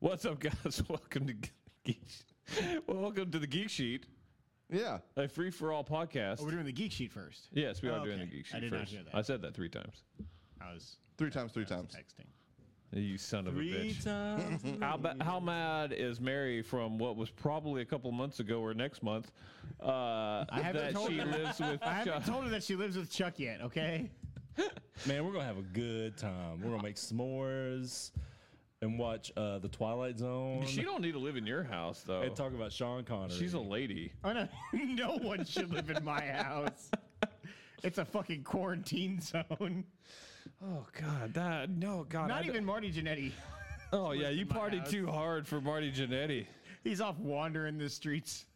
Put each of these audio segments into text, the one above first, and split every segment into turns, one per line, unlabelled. What's up, guys? Welcome to Geek. Well, welcome to the Geek Sheet,
Yeah.
a free for all podcast.
Oh, we're doing the geek sheet first.
yes, we are
Oh,
doing the
okay.
Geek Sheet
I did not
first.
hear that.
I said that three times.
I was
Three times, three
I was
times.
texting.
You son of a bitch.
times.
How, ba- how mad is Mary from what was probably a couple months ago or next month uh,
I haven't
that
told
she
her.
lives with
I haven't
Chuck?
told her that she lives with Chuck yet. Okay.
Man, we're gonna have a good time. We're gonna make s'mores and watch uh, the Twilight Zone
She don't need to live in your house though.
and talk about Sean Connery.
She's a lady.
Oh, no, no one should live in my house. It's a fucking quarantine zone.
Oh God, that no God.
Not even Marty Jannetty.
Oh yeah, you
my
partied
house.
too hard for Marty Jannetty.
He's off wandering the streets.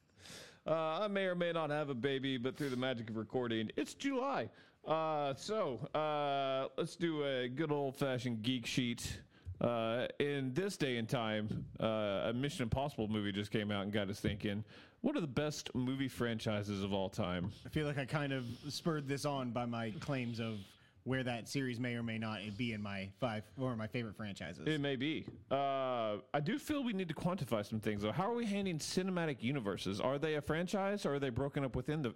Uh, I may or may not have a baby, but through the magic of recording, it's July. Uh, so uh, let's do a good old fashioned geek sheet. Uh, in this day and time, uh, a Mission Impossible movie just came out and got us thinking. What are the best movie franchises of all time?
I feel like I kind of spurred this on by my claims of where that series may or may not be in my five or my favorite franchises.
It may be. Uh, I do feel we need to quantify some things, though. How are we handling cinematic universes? Are they a franchise, or are they broken up within the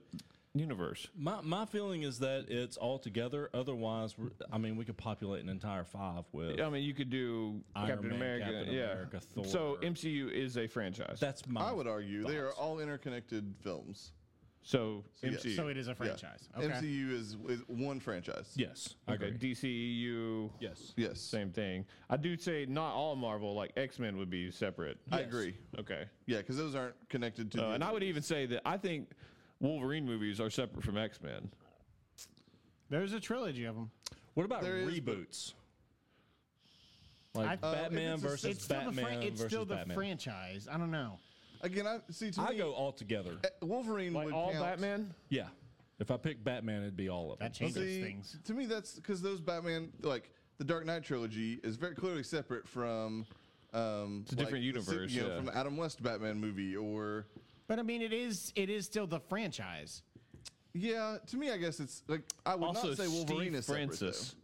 universe?
my my feeling is that it's all together. Otherwise, we're, I mean, we could populate an entire five with.
I mean, you could do
Iron
Captain
Man,
America.
Captain
yeah.
America, Thor.
So MCU is a franchise.
That's my.
I would argue they are all interconnected films.
so,
yes.
MCU.
so it is a franchise.
Yeah.
Okay.
MCU is, is one franchise.
Yes. I
okay.
agree.
DCEU.
Yes.
Yes.
Same thing. I do say not all Marvel. Like X Men would be separate.
I agree.
Okay.
Yeah, because those aren't connected to.
Uh,
the
and I
other-
would even say that I think Wolverine movies are separate from X Men.
There's a trilogy of them.
What about
There is-
reboots? Like
Uh, if
Batman
it's a-
versus
It's still, the,
Batman
fran- it's
versus
still the
Batman.
franchise. I don't know.
again. I see. To
I
me,
go all together.
eh, Wolverine
Like
would
all
count.
Batman.
Yeah. If I pick Batman, it'd be all of them.
That changes
See,
things.
To me, that's because those Batman, like the Dark Knight trilogy, is very clearly separate from. Um, it's
a different universe,
you know,
yeah.
from the Adam West Batman movie, or
But I mean, it is it is still the franchise.
yeah. To me, I guess it's like I would
also,
not say Wolverine
Steve
is separate,
Francis.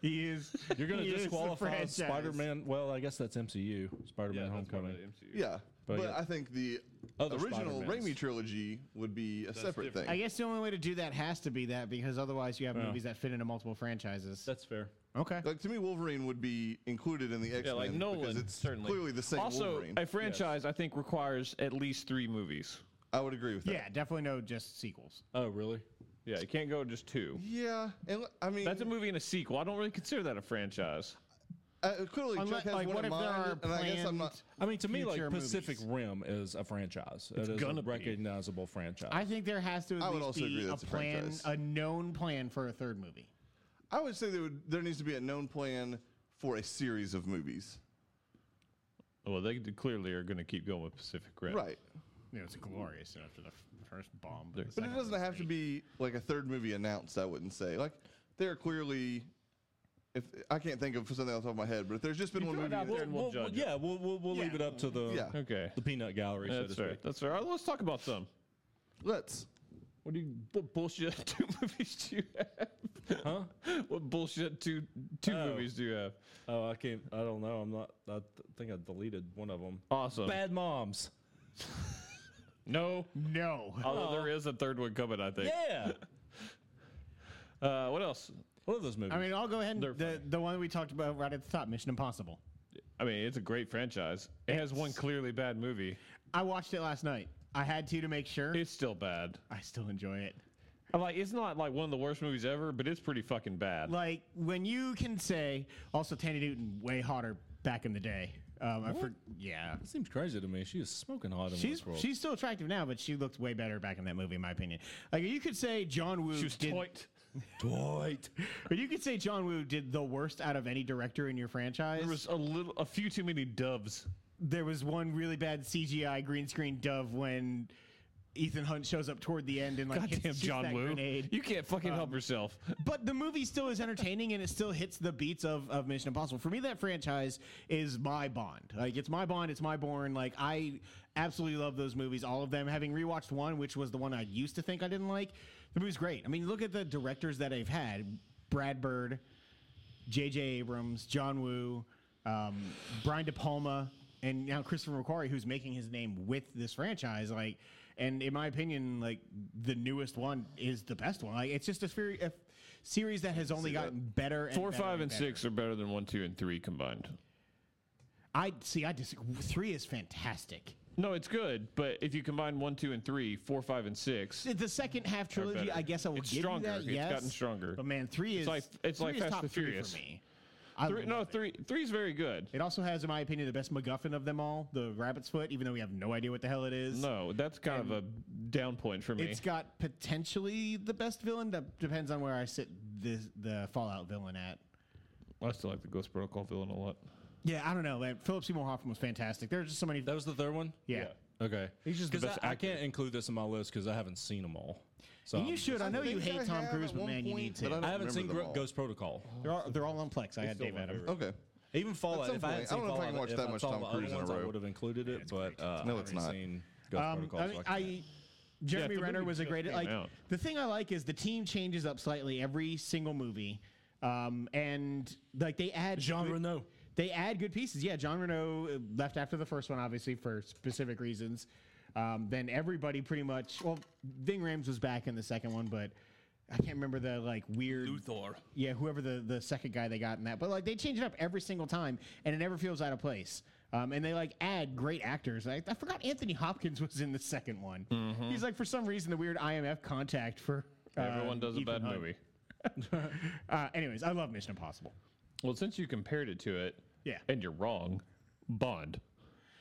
He is.
You're going
he
to
is the
disqualify
franchise.
Spider Man. Well, I guess that's MCU. Spider
that's part of
Man Homecoming.
the MCU.
though. Yeah, but,
But yeah.
I think the
Other
original
Spider-Mans.
Raimi trilogy would be a separate
different.
I
thing.
guess the only way to do that has to be that because otherwise you have movies that fit into multiple franchises.
That's fair.
Okay.
Like to me, Wolverine would be included in the X Men.
Yeah, like
because
Nolan.
it's
certainly.
clearly the same
Also,
Wolverine.
a franchise I think requires at least three movies.
I would agree with that.
Yeah, definitely no just sequels.
Oh, really?
Yeah, you can't go just two.
Yeah, and l- I mean
That's a movie and a sequel. I don't really consider that a franchise.
Uh, clearly,
Unle-
Chuck has
like,
one
what
in
if there
mind,
are
and I guess I'm
planned-
not.
I mean, to me, like
Future
Pacific
movies.
Rim is a franchise. It's
gonna
a
be.
recognizable franchise.
I think there has to at
I would
least
also
be
agree
a
that's a
plan,
franchise.
a known plan for a third movie.
I would say there would, there needs to be a known plan for a series of movies.
Oh, Well, they d- clearly are going to keep going with Pacific Rim.
Right,
You know, it's glorious after the f- first bomb. the
but
second
it
one
doesn't
was
have to
great.
be like a third movie announced. I wouldn't say like there are clearly. If I can't think of something off the top of my head, but if there's just been one
throw it
movie,
out
that-
there. and we'll judge it.
yeah, we'll, we'll, we'll leave
Yeah.
it up to the
Yeah.
Okay.
the peanut gallery. so
That's
to
fair.
speak.
That's fair. All right, let's talk about some.
let's.
What do you what bullshit two movies do you have? Huh? What bullshit two two
Oh.
movies do you have?
Oh, I can't. I don't know. I'm not. I th- think I deleted one of them.
Awesome.
Bad moms.
No.
No.
Although there is a third one coming, I think.
Yeah.
Uh, what else?
I love those movies.
I mean, I'll go ahead and
They're
the, the one we talked about right at the top, Mission Impossible.
I mean, it's a great franchise. It has one clearly bad movie.
I watched it last night. I had to to make sure.
It's still bad.
I still enjoy it.
I'm Like, it's not like one of the worst movies ever, but it's pretty fucking bad.
Like when you can say, also Tandy Newton way hotter back in the day. Um, I for, yeah,
it seems crazy to me. She is smoking hot in
she's
this world.
she's still attractive now, but she looked way better back in that movie, in my opinion. Like you could say John Woo
she was
did,
toit.
Dwight.
but you could say John Woo did the worst out of any director in your franchise.
There was a little, a few too many doves.
one really bad CGI green screen dove when Ethan Hunt shows up toward the end and like hits-
Goddamn
shoots
John
that
Woo.
grenade. Um,
You can't fucking help yourself.
But the movie still is entertaining and it still hits the beats of, of Mission Impossible. For me, that franchise is my bond. Like it's my bond, it's my born. Like I absolutely love those movies, all of them. Having rewatched one, which was the one I used to think I didn't like, the movie's great. I mean, look at the directors that I've had: Brad Bird, J.J. Abrams, John Woo. um, Brian De Palma, and now Christopher McQuarrie, who's making his name with this franchise. Like, and in my opinion, like the newest one is the best one. Like, it's just a, fer- a series that has only gotten better. And
uh, Four,
better
five, and
better.
six are better than one, two, and three combined.
I see. I disagree. Three is fantastic.
No, it's good, but if you combine one, two, and three, four, five, and six,
The second half trilogy,
better.
I guess I will
It's
give
stronger.
you that.
It's
yes,
gotten stronger.
But man, three is
like- it's
three
like
is
Fast
top
and
three
Furious.
for me. I
three, no,
love it.
three, three's very good.
It also has, in my opinion, the best MacGuffin of them all, the rabbit's foot, even though we have no idea what the hell it is.
No, that's kind of a down point for me.
It's got potentially the best villain. That depends on where I sit the the Fallout villain at.
I still like the Ghost Protocol villain a lot.
Yeah, I don't know. Man, Philip Seymour Hoffman was fantastic. There are just so many.
That was the third one.
yeah.
Okay.
He's just the
'Cause
best
I, I
actor.
can't include this in my list because I haven't seen them all. So
And you
I'm-
should. I know you
think
hate
I
Tom
have
Cruise,
at
but
one
man, you need
point,
to.
but
I haven't seen
remember them
Gro-
all.
Ghost Protocol.
they're, all, they're all on Plex. I had
still
Dave
my
Adam.
favorite.
Okay.
Even Fallout.
some
If I
point.
hadn't
I
seen
don't know if I
Fallout,
can watch that
I
much
saw
Tom
the other
Cruise in a
ones, I
row.
would have included it, but uh,
No,
I
it's
haven't
not.
Seen Ghost
Um,
Protocol,
I
so
mean,
I can't-
I Jeremy
the
Renner
movie
was a
just
great
came
like
out.
the thing I like is the team changes up slightly every single movie, um, and like they add
Jean
good-
Reno.
They add good pieces. Yeah, John Reno uh, left after the first one, obviously for specific reasons. Um, then everybody pretty much. Well, Ving Rams was back in the second one, but I can't remember the like weird.
Luthor.
Yeah, whoever the the second guy they got in that, but like they change it up every single time, and it never feels out of place. Um, and they like add great actors. I, I forgot Anthony Hopkins was in the second one. He's like for some reason the weird IMF contact for uh,
Everyone does a
Ethan
bad
Hunt.
movie.
Uh, anyways, I love Mission Impossible.
Well, since you compared it to it,
Yeah.
and you're wrong, Bond.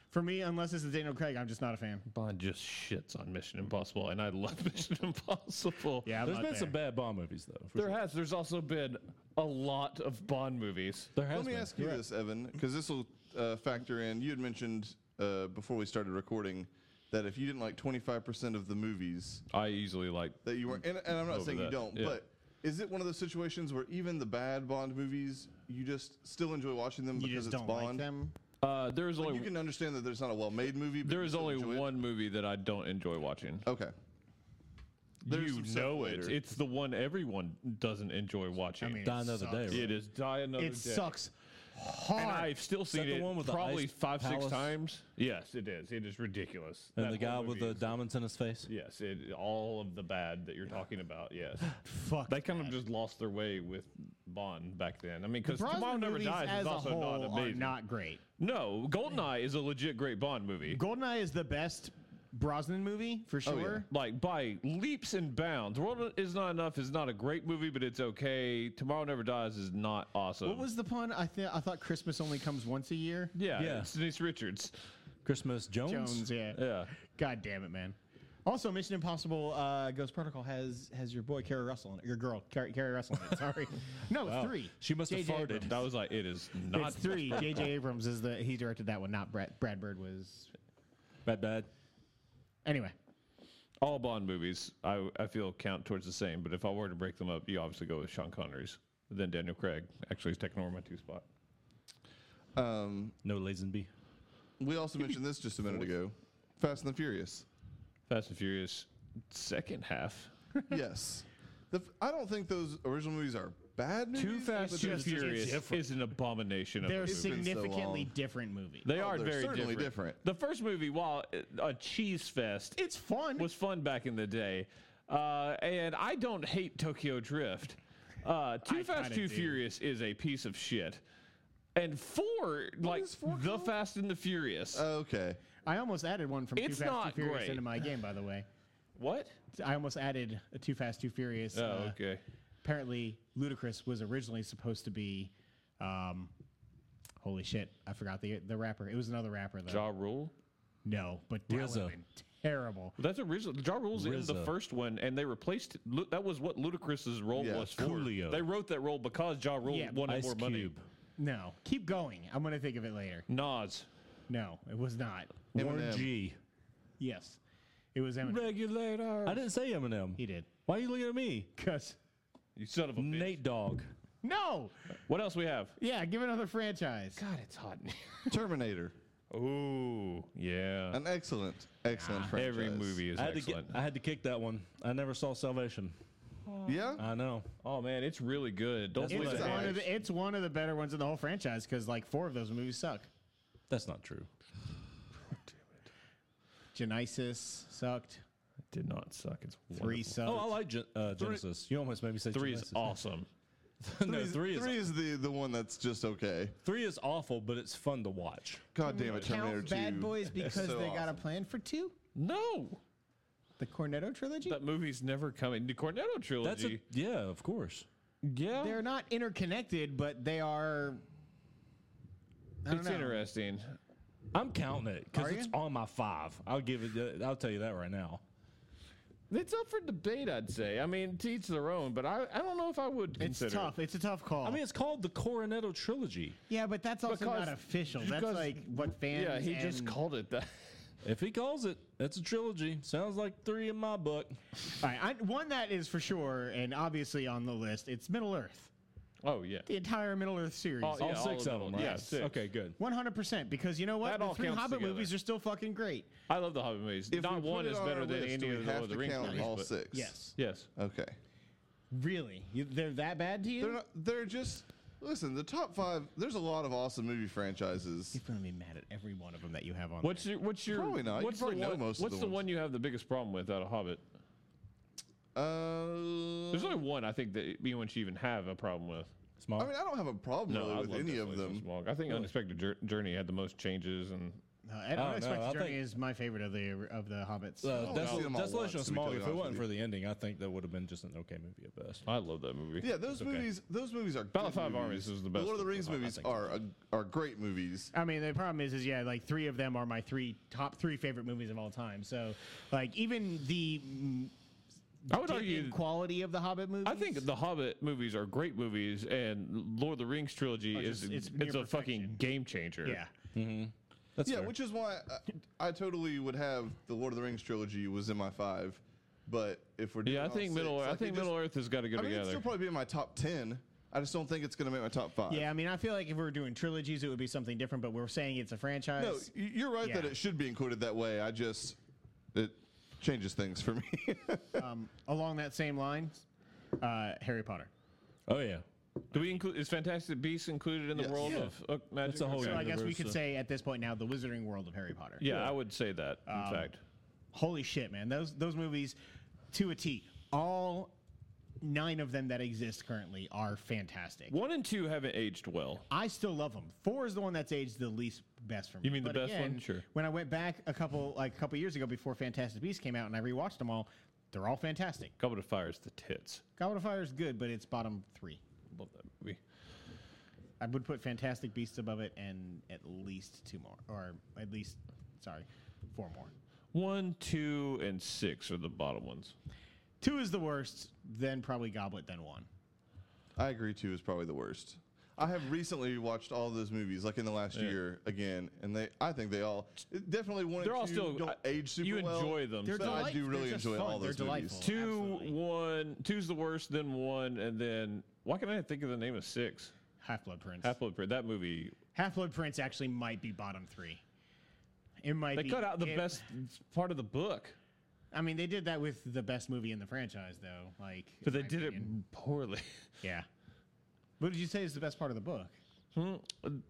For me, unless this is Daniel Craig, I'm just not a fan.
Bond just shits on Mission Impossible, and I love Mission Impossible.
Yeah, I'm
There's
not
been
there.
some bad Bond movies though. for
there
sure.
has. There's also been a lot of Bond movies.
There has
Let me
been.
ask you this, Evan, because this will uh, factor in. You had mentioned uh, before we started recording that if you didn't like 25% of the movies,
I easily like.
that you weren't. And, and I'm not
Over
saying you
that,
don't,
yeah.
but is it one of those situations where even the bad Bond movies, you just still enjoy watching them
You
because
just
it's
don't like
Bond?
them.
Uh, there is
you
only
can understand that there's not a well-made movie. But
there
you
is
still
only
enjoy it?
one movie that I don't enjoy watching.
Okay. There's
you
some stuff
know it.
later.
It's the one everyone doesn't enjoy watching.
I mean,
Die
it
Another
sucks.
Day. Right?
it is Die Another
It
Day.
sucks hard.
And I've still seen
the
it
one with the
probably
ice
five, six
palace?
times. Yes, it is. It is ridiculous.
And
That
the guy
whole
with
movie
the
is-
diamonds in his face.
Yes, it, all of the bad that you're talking about. Yes,
Fuck.
they kind of just lost their way with Bond back then. I mean, because
Brosnan
Tomorrow Never
movies
Dies
as
is
a
also
whole
not amazing.
Are not great.
no, Goldeneye is a legit great Bond movie.
Goldeneye is the best Brosnan movie for sure.
Oh, yeah.
like by leaps and bounds. World is not enough is not a great movie, but it's okay. Tomorrow Never Dies is not awesome.
What was the pun? I th- I thought Christmas only comes once a year.
Yeah,
Yeah.
it's Denise Richards.
Christmas Jones.
Jones, yeah.
Yeah.
God damn it, man. Also, Mission Impossible uh, Ghost Protocol has has your boy Carrie Russell in it. Your girl Carrie, Carrie Russell in it. Sorry, no, it's three.
She must have
J.J.
farted.
Abrams.
That was like it is not
It's three. J.J. Abrams is the he directed that one. Not Brad. Brad Bird was
Bad bad.
anyway.
all Bond movies. I I feel count towards the same, but if I were to break them up, you obviously go with Sean Connery's. Then Daniel Craig actually is taking over my two spot.
Um,
No Lazenby.
we also mentioned this just a minute ago. Fast and the Furious.
Fast and Furious second half.
yes. The f- I don't think those original movies are bad movies.
Too Fast,
but
Too
there's just-
Furious
different.
is an abomination of a
They're
movie.
been so
significantly
long.
different movies.
They
Oh,
are
they're
very
certainly
different.
different.
The first movie, while uh, a cheese fest,
It's fun.
was fun back in the day. Uh, and I don't hate Tokyo Drift. Uh, Too
I
Fast,
kinda
Too
do.
Furious is a piece of shit. And four, like
is four
the
called? Uh,
Fast and the Furious.
Okay.
I almost added one from Too
It's
Fast Too
not
Furious
great.
into my game, by the way.
what?
I almost added a Too Fast Too Furious.
Oh,
uh,
okay.
apparently Ludacris was originally supposed to be um holy shit, I forgot the the rapper. It was another rapper though.
Jaw Rule.
No, but that would've
RZA.
been terrible.
That's original. Ja Rule's in the
RZA.
first one, and they replaced. Lu- That was what Ludacris's role
Yeah.
was for.
Coolio.
They wrote that role because Ja Rule
Yeah,
wanted
Ice
more
Cube.
money.
No. Keep going. I'm gonna think of it later.
Nas.
No, it was not.
Warren
Eminem.
G.
Yes. It was Eminem.
Regulator.
I didn't say Eminem.
He did.
Why are you looking at me?
Cause
You son of a bitch.
Nate Dogg.
No.
What else we have?
Yeah, give another franchise.
God, it's hot in here.
Terminator.
Ooh, yeah.
An excellent, excellent franchise.
Every movie is
I had, to
excellent.
get, I had to kick that one. I never saw Salvation.
Yeah.
I know.
Oh man, it's really good. Don't
That's
play
what
It's
it
that.
one,
nice.
of the, it's one of the better ones in the whole franchise because like four of those movies suck.
That's not true.
Genesis sucked.
Did not suck. It's
Three
wonderful.
sucked.
Oh, I like Gen- uh, Genesis. You almost made me say
Three
Genesis.
is awesome.
no, three is,
three is the the one that's just okay.
three is awful, but it's fun to watch.
God damn it, Terminator
Count
Two.
Bad Boys
is
because
so
they got a
awesome.
plan for two.
No,
The Cornetto trilogy.
that movie's never coming. The Cornetto
That's a,
trilogy.
yeah, of course.
yeah,
They're not interconnected, but they are. I don't
it's
know.
interesting.
I'm counting it
Are
because it's
you?
on my five. I'll give it. uh, I'll tell you that right now.
It's up for debate, I'd say. I mean, to each their own, but I, I don't know if I would
It's
consider.
tough. It's a tough call.
I mean, it's called the Coronetto trilogy.
yeah, but that's also
because-
not official. That's
because-
like what
It.
fans.
Yeah, he just
and-
called it that.
If he calls it, that's a trilogy. Sounds like three in my book.
All right, I, one that is for sure and obviously on the list. It's Middle Earth.
Oh yeah.
The entire Middle Earth series.
Oh,
All
Yeah,
six
all
of
of
them,
them.
right?
Yeah, six.
Okay, good.
One hundred percent, because you know what?
That
the
all
three
counts
Hobbit
together.
movies are still fucking great.
I love the Hobbit movies.
If we
Not
put
one
it
is
on
better
our
than
list, do
any
we
of the
have
Lord of the
to
Rings
count
movies.
all
but-
six.
Yes,
Yes.
Okay.
really, You- they're that bad to you?
They're not, they're just listen. The top five. There's a lot of awesome movie franchises.
You're gonna be mad at every one of them that you have on.
What's your what's your
Probably not. You
What's
probably
the
know
one,
most of
What's
the
the
ones.
one you have the biggest problem with out of Hobbit?
Uh,
There's only one I think that me and Winch even have a problem with.
Small.
I mean, I don't have a problem
I
really with
love
any of
Desolation
them.
Smog. I think Unexpected Jour- Journey had the most changes, and
there. Uh, and
Oh,
Unexpected
I
Journey
think-
is my favorite of the of the Hobbits.
Uh,
I've
Desol-
seen them all
Desolation
once,
of
to be
Smog.
totally
If
honest
it wasn't
with
for the ending, I think that would have been just an okay movie at best.
I love that movie.
Yeah, those movies. Those movies are
Battle
good
Five
movies.
Armies is the best
Lord of the
one.
Rings
I- I
movies
think
are a, are great movies.
I mean, the problem is, is yeah, like three of them are my three top three favorite movies of all time. So, like, even the mm,
I would
dip
argue.
in quality of the Hobbit movies.
I think the Hobbit movies are great movies, and Lord of the Rings trilogy is
just- Oh, it's
it's,
near
a fucking
perfection.
game changer.
yeah,
That's
Yeah,
fair.
which is why I, I totally would have the Lord of the Rings trilogy was in my five, but if we're doing
yeah. I
all
think Middle.
six,
Earth I
like, it
think
just-
Middle Earth has got to
I
go
mean, it'd
together.
still probably be in my top ten. I just don't think it's going to make my top five.
yeah. I mean, I feel like if we were doing trilogies, it would be something different. But we're saying it's a franchise.
No, y- you're right that
Yeah.
it should be included that way. I just it changes things for me.
um, along that same line, uh, Harry Potter.
oh yeah.
Do we include is Fantastic Beasts included in the
Yes.
world
Yeah.
of uh, magic?
That's a whole
Okay.
So I
universe,
guess we could
uh,
say at this point now, the Wizarding World of Harry Potter.
Yeah, I would say that. In
Um,
fact,
Holy shit, man! Those those movies, to a T, all nine of them that exist currently are fantastic.
one and two haven't aged well.
I still love them. Four is the one that's aged the least best for me.
You mean the best one? Sure.
When I went back a couple like a couple years ago before Fantastic Beasts came out and I rewatched them all, they're all fantastic.
Goblet of Fire is the tits.
Goblet of Fire is good, but it's bottom three.
Love that movie.
I would put Fantastic Beasts above it and at least two more, or at least sorry, four more.
One, two, and six are the bottom ones.
Two is the worst, then probably Goblet, then one.
I agree too is probably the worst. I have recently watched all those movies, like in the last year again, and they I think they all it definitely one. and
They're all
two
still-
don't
I-
age super
you
well,
enjoy them,
They're
but I
delightful.
do really
They're just
enjoy
fun.
all those
They're
movies.
delightful.
Two,
Absolutely.
one, two's the worst, then one, and then why can I think of the name of six?
Half Blood Prince.
Half Blood Prince. That movie
Half Blood Prince actually might be bottom three. It might.
they
be,
cut out the
it-
best part of the book,
I mean, they did that with the best movie in the franchise, though. Like,
but they did it poorly.
it. Yeah. What did you say is the best part of the book?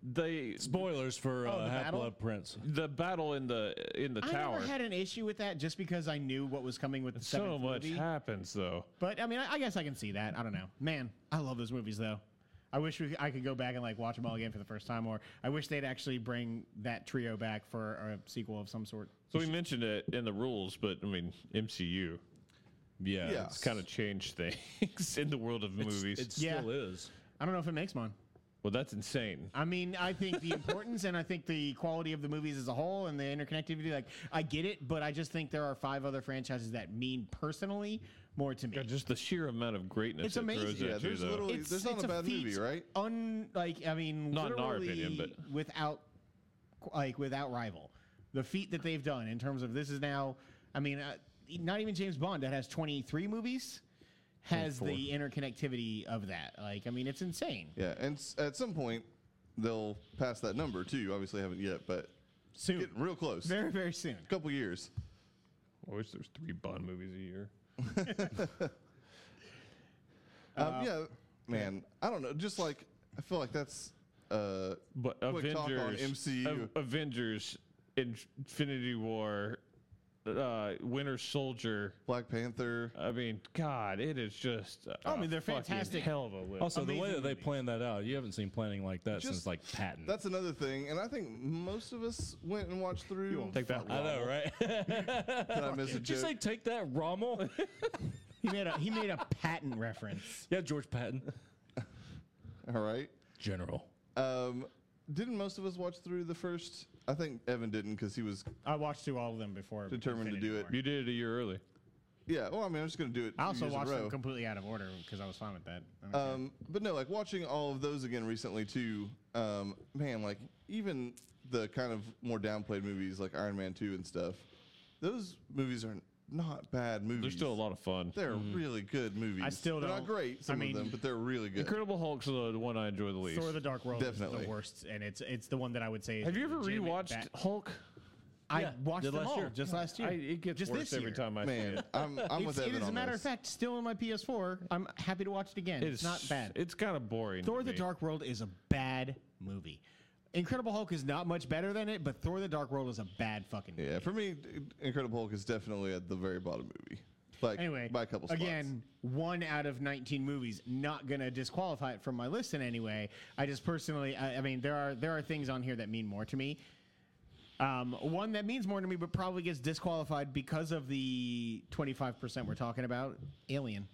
they
Spoilers for
the
Oh,
uh, Half
battle?
Blood Prince.
the battle in the in the
I
tower.
never had an issue with that, just because I knew what was coming with the
so
seventh
much
movie.
happens though.
But I mean, I, I guess I can see that. I don't know, man. I love those movies though. I wish we, I could go back and like watch them all again for the first time, or I wish they'd actually bring that trio back for a sequel of some sort.
So we mentioned it in the rules, but I mean MCU
Yeah,
Yeah.
it's,
kind of changed things in the world of movies.
it
Yeah.
still is.
I don't know if it makes mine.
well, that's insane.
I mean, I think the importance and I think the quality of the movies as a whole and the interconnectivity, like I get it, but I just think there are five other franchises that mean personally more to me.
God, just the sheer amount of greatness
It's
it
amazing.
throws at
Yeah,
you,
there's
though.
literally there's not a bad
feat
movie, right?
Un like I mean,
Not in our
literally
opinion, but-
without like without rival, the feat that they've done in terms of this is now. I mean, uh, not even James Bond that has 23 movies has the interconnectivity of that. Like, I mean, it's insane.
Yeah, and s- at some point they'll pass that number too. Obviously, haven't yet, but
Soon,
getting real close.
very very soon.
couple years.
I wish there was three Bond movies a year. Uh,
Um, yeah, man. I don't know. Just like I feel like that's uh,
But
quick talk on
Avengers,
MCU.
A- Avengers, Infinity War, uh, Winter Soldier.
Black Panther.
I mean, God, it is just.
I mean,
a
they're
fucking
fantastic.
Hell of a list.
Also, the way
Amazing
that they
movies.
plan that out, you haven't seen planning like that
Just-
since like Patton.
That's another thing, and I think most of us went and watched through. You
take that.
I know, right?
Did I miss a
Did you
joke?
say take that, Rommel?
He made a he made a patent reference.
yeah, George Patton,
All right.
General.
Um, didn't most of us watch through the first? I think Evan didn't because he was.
I watched through all of them before.
Determined to do
Infinity
it.
War.
You did it a year early.
Yeah. Well, I mean, I'm just gonna do it. two
I also
years in a
watched
row.
them completely out of order because I was fine with that. I don't care.
Um, but no, like watching all of those again recently too. Um, man, like even the kind of more downplayed movies like Iron Man Two and stuff. Those movies are not bad movies.
They're still a lot of fun.
They're really good movies.
Mm-hmm. I still
they're
don't-
not great. Some
I mean,
of them, but they're really good.
Incredible Hulk's the the one I enjoy the least.
Thor: The Dark World is
Definitely.
the worst, and it's it's the one that I would say. Is
Have
the
you ever
legitimate
rewatched
bat-
Hulk?
I
Yeah,
watched
did
them
last
all
year.
just last year.
I, it gets
just
worse
this
every
year.
time I see
Man,
it.
I'm, I'm with
It's-
Evan
it is, as a
on
matter
this.
of fact, still in my PS4. I'm happy to watch it again. It's, not bad.
It's kind of boring.
Thor:
to
The
me.
Dark World is a bad movie. Incredible Hulk is not much better than it, but Thor: The Dark World is a bad fucking. Movie.
Yeah, for me, d- Incredible Hulk is definitely at the very bottom movie. Like
Anyway,
by a couple spots.
again, one out of 19 movies. Not gonna disqualify it from my list in any way. I just personally, I, I mean, there are there are things on here that mean more to me. Um, one that means more to me, but probably gets disqualified because of the 25% we're talking about. Alien,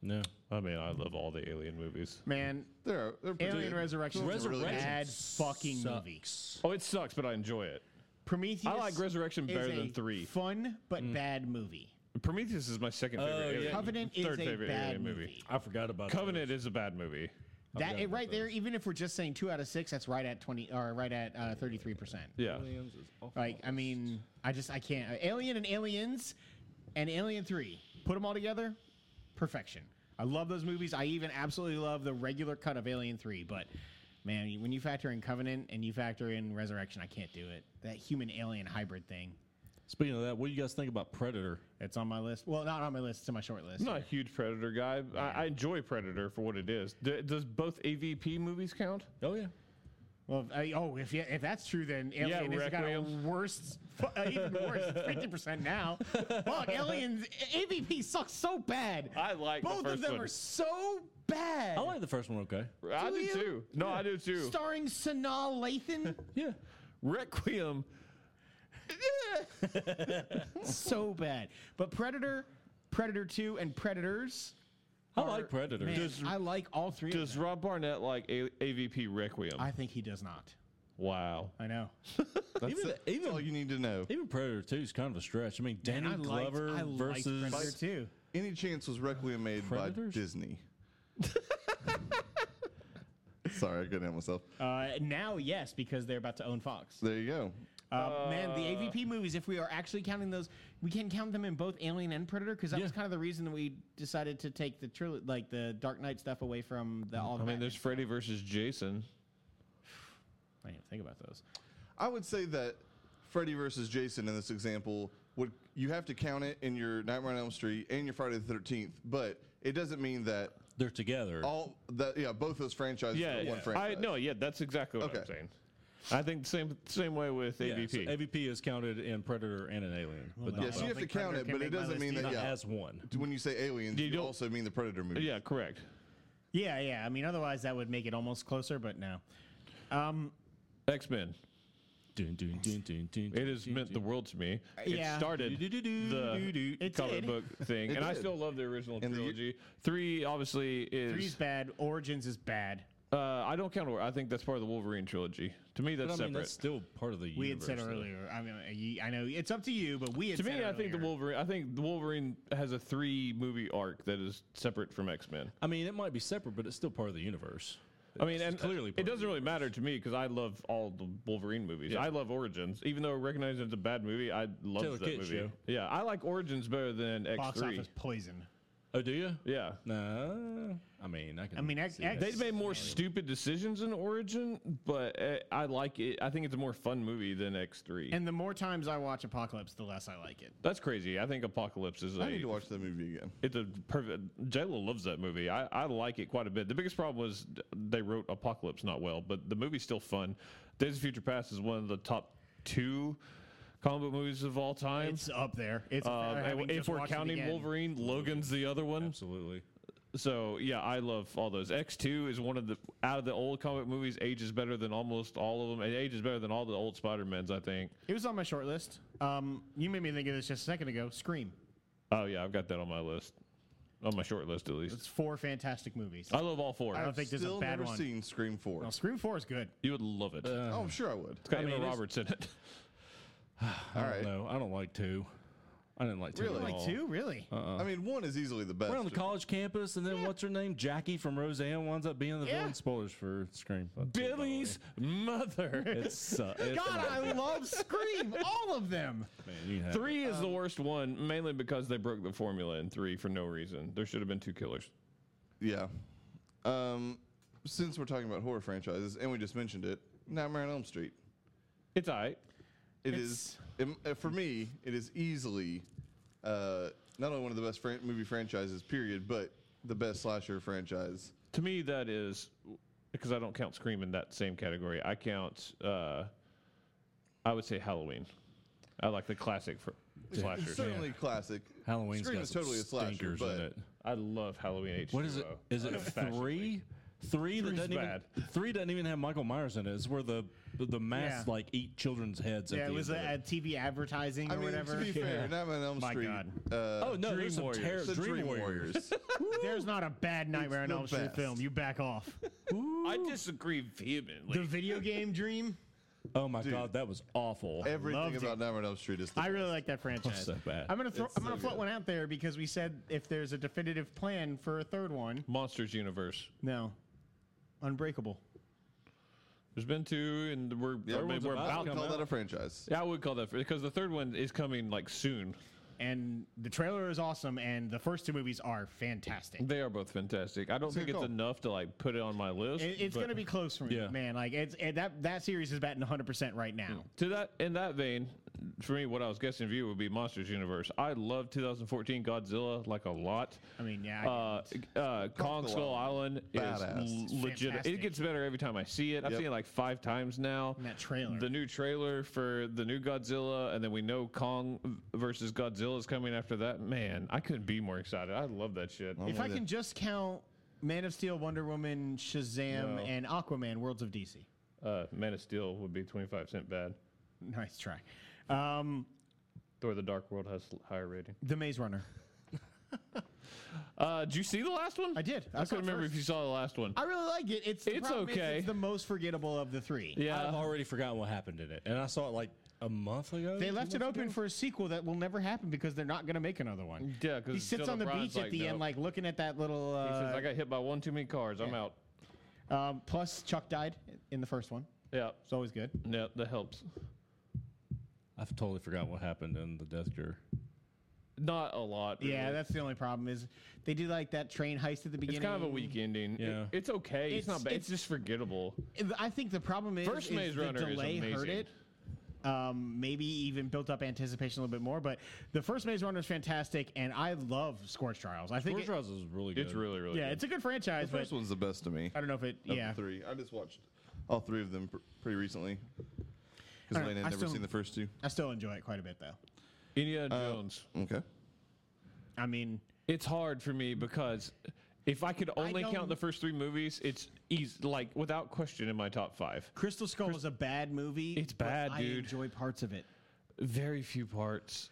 No.
I mean, I love all the Alien movies.
man.
There are, there are
Alien
pretty-
Resurrection is a
Resurrection
bad fucking
sucks.
movie.
Oh, it sucks, but I enjoy it.
Prometheus.
I like Resurrection
is
better
a
than three.
Fun but bad movie.
Prometheus is my second favorite.
Oh,
Alien
yeah.
movie.
Covenant is
Third
a
favorite
bad
Alien
movie.
I forgot about
Covenant is a bad movie.
That it, right there, even if we're just saying two out of six, that's right at twenty or right at thirty three percent.
Yeah.
Aliens is awful.
Like I mean, I just I can't. uh, Alien and Aliens, and Alien Three. Put them all together, perfection. I love those movies. I even absolutely love the regular cut of Alien Three. But man, when you factor in Covenant and you factor in Resurrection, I can't do it. That human alien hybrid thing.
Speaking of that, what do you guys think about Predator?
That's on my list. Well, not on my list. It's on my short list.
I'm not a huge Predator guy. I, I enjoy Predator for what it is. D- does both AVP movies count?
Oh yeah,
Well, I, oh, if yeah, if that's true, then Alien has got a
Requiem.
worse, fu- uh, even worse, fifty percent now. Fuck, Aliens AVP sucks so bad.
I like the
both
first
of them
one.
are so bad.
I like the first one. Okay.
I do
you?
too. No, I do too.
Starring Sanaa Lathan,
Yeah.
Requiem.
so bad. But Predator, Predator Two, and Predators.
I
are-
like Predator.
Man,
Does-
I like all three. of
Does
them.
Rob Barnett like a- AVP Requiem?
I think he does not.
wow.
I know.
That's
Even-
it. That's
even-
all you need to know.
Even Predator Two is kind of a stretch. I mean, Danny
I liked-
Glover
I liked
versus
Predator Two.
Any chance was Requiem made
Predators?
by Disney? Sorry, I couldn't help myself.
Uh, now, yes, because they're about to own Fox.
There you go.
Uh, man, the AVP movies, if we are actually counting those, we can count them in both Alien and Predator because that was
Yeah.
kind of the reason that we decided to take the trilo- like the Dark Knight stuff away from the all.
Mm, I mean, there's Freddy versus Jason.
I didn't even think about those.
I would say that Freddy versus Jason in this example would you have to count it in your Nightmare on Elm Street and your Friday the Thirteenth, but it doesn't mean that
They're together.
all that yeah both those franchises
Yeah,
are one
yeah. I
franchise.
no, yeah, that's exactly what I'm
Okay.
saying. I think the same same way with
Yeah,
AVP.
so AVP is counted in Predator and an Alien, but
no.
not,
Yeah, so
I
you have
don't
to
think
count
Predator
it,
can
but
make
it
my
doesn't
list
mean that
not
yeah.
as one.
When you say aliens,
You
you,
don't-
also mean the Predator movie.
yeah, correct.
Yeah, yeah. I mean, otherwise that would make it almost closer, but no. Um,
X Men.
Dun, dun, dun, dun, dun,
It has meant the world to me. It
yeah.
started the
It
comic
did.
book thing,
It
and I
did.
still love the original
And the-
trilogy. Three obviously
three's
is.
bad. Origins is bad.
Uh, I don't count. War- I think that's part of the Wolverine trilogy. To me, that's
But I mean,
separate.
that's still part of the
We had
universe.
said
though.
earlier. I mean, you- I know it's up to you, but we had
to
said
me, I think the
earlier-
Wolverine. I think the Wolverine has a three movie arc that is separate from X Men.
I mean, it might be separate, but it's still part of the universe.
I mean,
It's
and
clearly
clearly,
part
it
of
doesn't
the
really matter to me because I love all the Wolverine movies. I love Origins, even though I recognize it's a bad movie. I love
Taylor
that
Kitsch,
movie.
yeah.
Yeah, I like Origins better than X
box
three.
office poison.
Oh, do you?
Yeah.
No. I mean, I can.
I mean, ac-
see
ac-
that.
They've made more stupid decisions in Origin, but uh, I like it. I think it's a more fun movie than X3.
And the more times I watch Apocalypse, the less I like it.
That's crazy. I think Apocalypse is a
I need to watch that movie again.
It's a perfect. J-Lo loves that movie. I, I like it quite a bit. The biggest problem was d- they wrote Apocalypse not well, but the movie's still fun. Days of Future Past is one of the top two comic book movies of all time.
It's up there. It's
Um,
having
and
just
if we're
watched it
counting
again.
Wolverine, Logan's the other one.
Absolutely.
So yeah, I love all those. X two is one of the out of the old comic movies, ages better than almost all of them. It ages better than all the old Spider Mans, I think.
it was on my short list. Um, you made me think of this just a second ago. Scream.
Oh yeah, I've got that on my list, on my short list at least.
It's four fantastic movies.
I love all four.
I don't think there's
Still
a bad
never
one.
seen Scream Four.
No, Scream Four is good.
You would love it.
Uh,
oh, I'm sure I would.
it's got
I mean,
Emma
it's-
Roberts in it.
All
I
right.
don't know. I don't like two. I didn't like two.
Really? Oh.
at
Like
all.
Like two, really?
I mean, one is easily the best.
We're on the college campus, and then what's her name? Jackie from Roseanne winds up being the
Yeah.
villain. Spoilers for Scream. That's it, by the way.
Billy's mother.
It's, uh, it's
God, I love Scream. All of them.
man, you have
Three is the
Um,
worst one, mainly because they broke the formula in three for no reason. There should have been two killers.
Yeah. Um, since we're talking about horror franchises, and we just mentioned it, Nightmare on Elm Street.
It's alright.
It is im- uh, for me. It is easily uh, not only one of the best fran- movie franchises, period, but the best slasher franchise.
To me, that is because I don't count Scream in that same category. I count, uh, I would say Halloween. I like the classic for
It's
slashers.
certainly classic.
Halloween's
Scream
got
is
some
totally a slasher,
stinkers in
but
it.
I love Halloween H.
What is it? Is it
Unabashedly.
three? Three that
Three's
doesn't
bad.
even three doesn't even have Michael Myers in it. It's where the the masks
Yeah.
like eat children's heads.
Yeah,
at the
it was a,
end of
a TV advertising
I
or
mean,
whatever.
to be fair, Nightmare on Elm
My
Street.
God.
Uh,
Oh no,
Dream
there's some
Warriors.
terrible
the
Dream Warriors.
There's not a bad Nightmare on
the
Elm Street
best.
film. You back off.
I disagree vehemently.
the video game Dream.
Oh my god, that was awful.
Everything
Loved it.
about Nightmare on Elm Street is. The
I really like that franchise.
so bad.
I'm gonna throw,
It's
I'm gonna
so
float
good.
one out there because we said if there's a definitive plan for a third one,
Monsters Universe.
no, Unbreakable.
There's been two, and we're, I mean,
everyone's
we're
about
I
about.
to
would
come
call
out.
that a franchise.
Yeah, I would call that because the third one is coming like soon.
And the trailer is awesome, and the first two movies are fantastic.
They are both fantastic. I don't think
good
it's
call.
enough to like put it on my list.
It, it's
but-
gonna be close for me,
Yeah.
man. Like it's it, that that series is batting 100 percent right now.
To that in that vein, for me, what I was guessing view would be Monsters Universe. I love 2014 Godzilla like a lot.
I mean, yeah, I
Uh, uh, Kong Skull Island is
Badass.
l- legit. It
Fantastic.
gets better every time I see it. I've
Yep.
seen it like five times now.
And that trailer.
the new trailer for the new Godzilla, and then we know Kong versus Godzilla is coming after that. Man, I couldn't be more excited. I love that shit.
if I can just count Man of Steel, Wonder Woman, Shazam,
No.
and Aquaman, Worlds of DC.
Uh, Man of Steel would be 25 cent bad.
Nice try. Um,
Thor: The Dark World has higher rating.
the Maze Runner.
Uh, did you see the last one?
I did.
I,
I saw it
couldn't remember
first.
if you saw the last one.
I really like it. It's the
It's
problem is
okay.
It's the most forgettable of the three.
yeah.
I've already forgotten what happened in it, and I saw it like a month ago.
They
two
left it
months
open
ago?
for a sequel that will never happen because they're not going to make another one.
Yeah, Mm. because
He sits on the beach at the end, like looking at that little.
he says, "I
Uh,
got hit by one too many cars. I'm out."
um, plus, Chuck died in the first one.
Yeah,
It's always good.
no, that helps.
I've totally forgot what happened in the Death Cure.
Not a lot.
Yeah,
really.
that's the only problem is they do like that train heist at
it's
the beginning.
kind of a weak ending. It-
Yeah.
it's okay. It's,
It's-
not bad. It's,
it's-
just forgettable.
I think the problem is,
First
is
Maze
the
Runner is
delay hurt
amazing.
it. Um, maybe even built up anticipation a little bit more, but the first Maze Runner is fantastic, and I love Scorch Trials. I think,
Horse
it-
Trials is really good.
It's really, really.
yeah,
good.
it's a good franchise,
The first
but
one's the best to me.
I don't know if it,
of the
yeah,
three. I just watched all three of them pr- pretty recently because
Alright,
Lane had
I
never
still-
seen the first two.
I still enjoy it quite a bit though.
Indiana
Uh,
Jones.
Okay.
I mean,
It's hard for me because if I could only
don't-
count the first three movies, it's easy, like without question, in my top five.
Crystal Skull was a bad movie.
It's
but
bad,
I
dude.
enjoy parts of it.
Very few parts.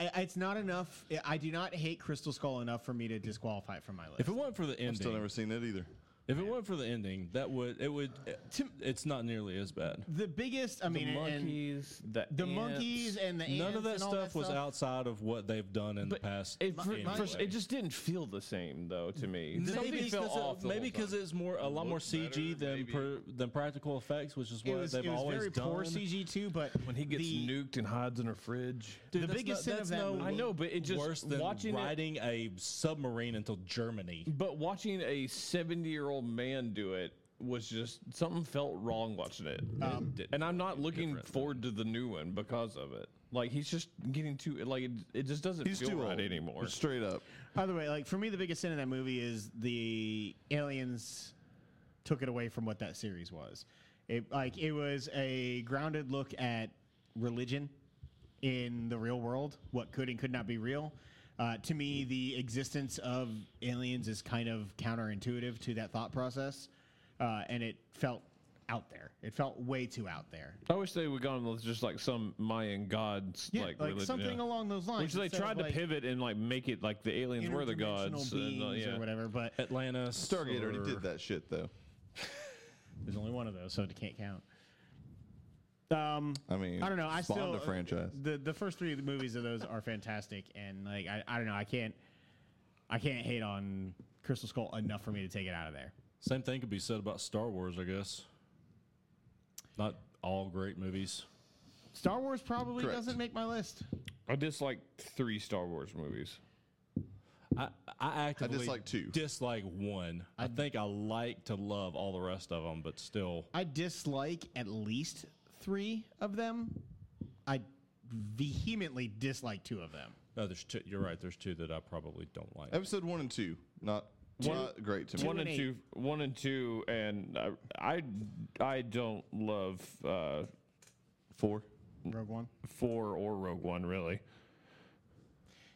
I, it's not enough. I- I do not hate Crystal Skull enough for me to disqualify it from my list.
If it wasn't for the ending,
Still never seen it either.
If it weren't for the ending, that would it would. eh, It's not nearly as bad.
The biggest, I mean,
the
and- and
monkeys, the,
the
ants.
monkeys and the
None
ants
of that
and all
stuff was
stuff.
outside of what they've done in the past.
It, for,
anyway.
for- it just didn't feel the same though to me. Something
Maybe
fell
because
off.
it,
the
maybe
whole time.
because it's more a lot more
looked better,
CG than
maybe.
per, than practical effects, which is
It
what
was,
they've
it was
always
very
done.
poor CG too, but
when he gets
the,
nuked and hides in her fridge.
Dude,
The
that's
biggest sin
that's
of that
no
movie-
I know, but it just-
worse than
watching it-
riding a submarine until Germany.
But watching a 70 year old man do it was just something felt wrong watching it. and I'm not looking forward to the new one because of it. Like he's just getting too like it, it just doesn't
He's
feel
too
right
old
anymore.
Straight up.
Either way, like for me, the biggest sin in that movie is the aliens took it away from what that series was. It like it was a grounded look at religion in the real world, what could and could not be real. Uh, to me, the existence of aliens is kind of counterintuitive to that thought process, uh, and it felt out there. It felt way too out there.
I wish they would gone with just like some Mayan gods
Yeah,
like,
like,
religion,
something
yeah.
along those lines.
Which they
instead of,
tried to
like,
pivot and like make it like the aliens were the
interdimensional
gods and,
beings
uh, yeah.
or whatever. But
Atlantis.
Stargate already
or-
did that shit though.
There's only one of those, so it can't count. Um,
I mean,
I don't know. I
spawned
still
a franchise.
The the first three of the movies of those are fantastic, and like I, I don't know. I can't I can't hate on Crystal Skull enough for me to take it out of there.
Same thing could be said about Star Wars, I guess. Not all great movies.
Star Wars probably
Correct.
doesn't make my list.
I dislike three Star Wars movies.
I, I actively
dislike two.
Dislike one. I, think I like to love all the rest of them, but still,
I dislike at least three of them. I vehemently dislike two of them.
no. There's two. You're right. There's two that I probably don't like.
Episode one and two, not not great to me.
one
and
and, two, one and two, and uh, I, I don't love uh,
Four.
Rogue One.
four or Rogue One really.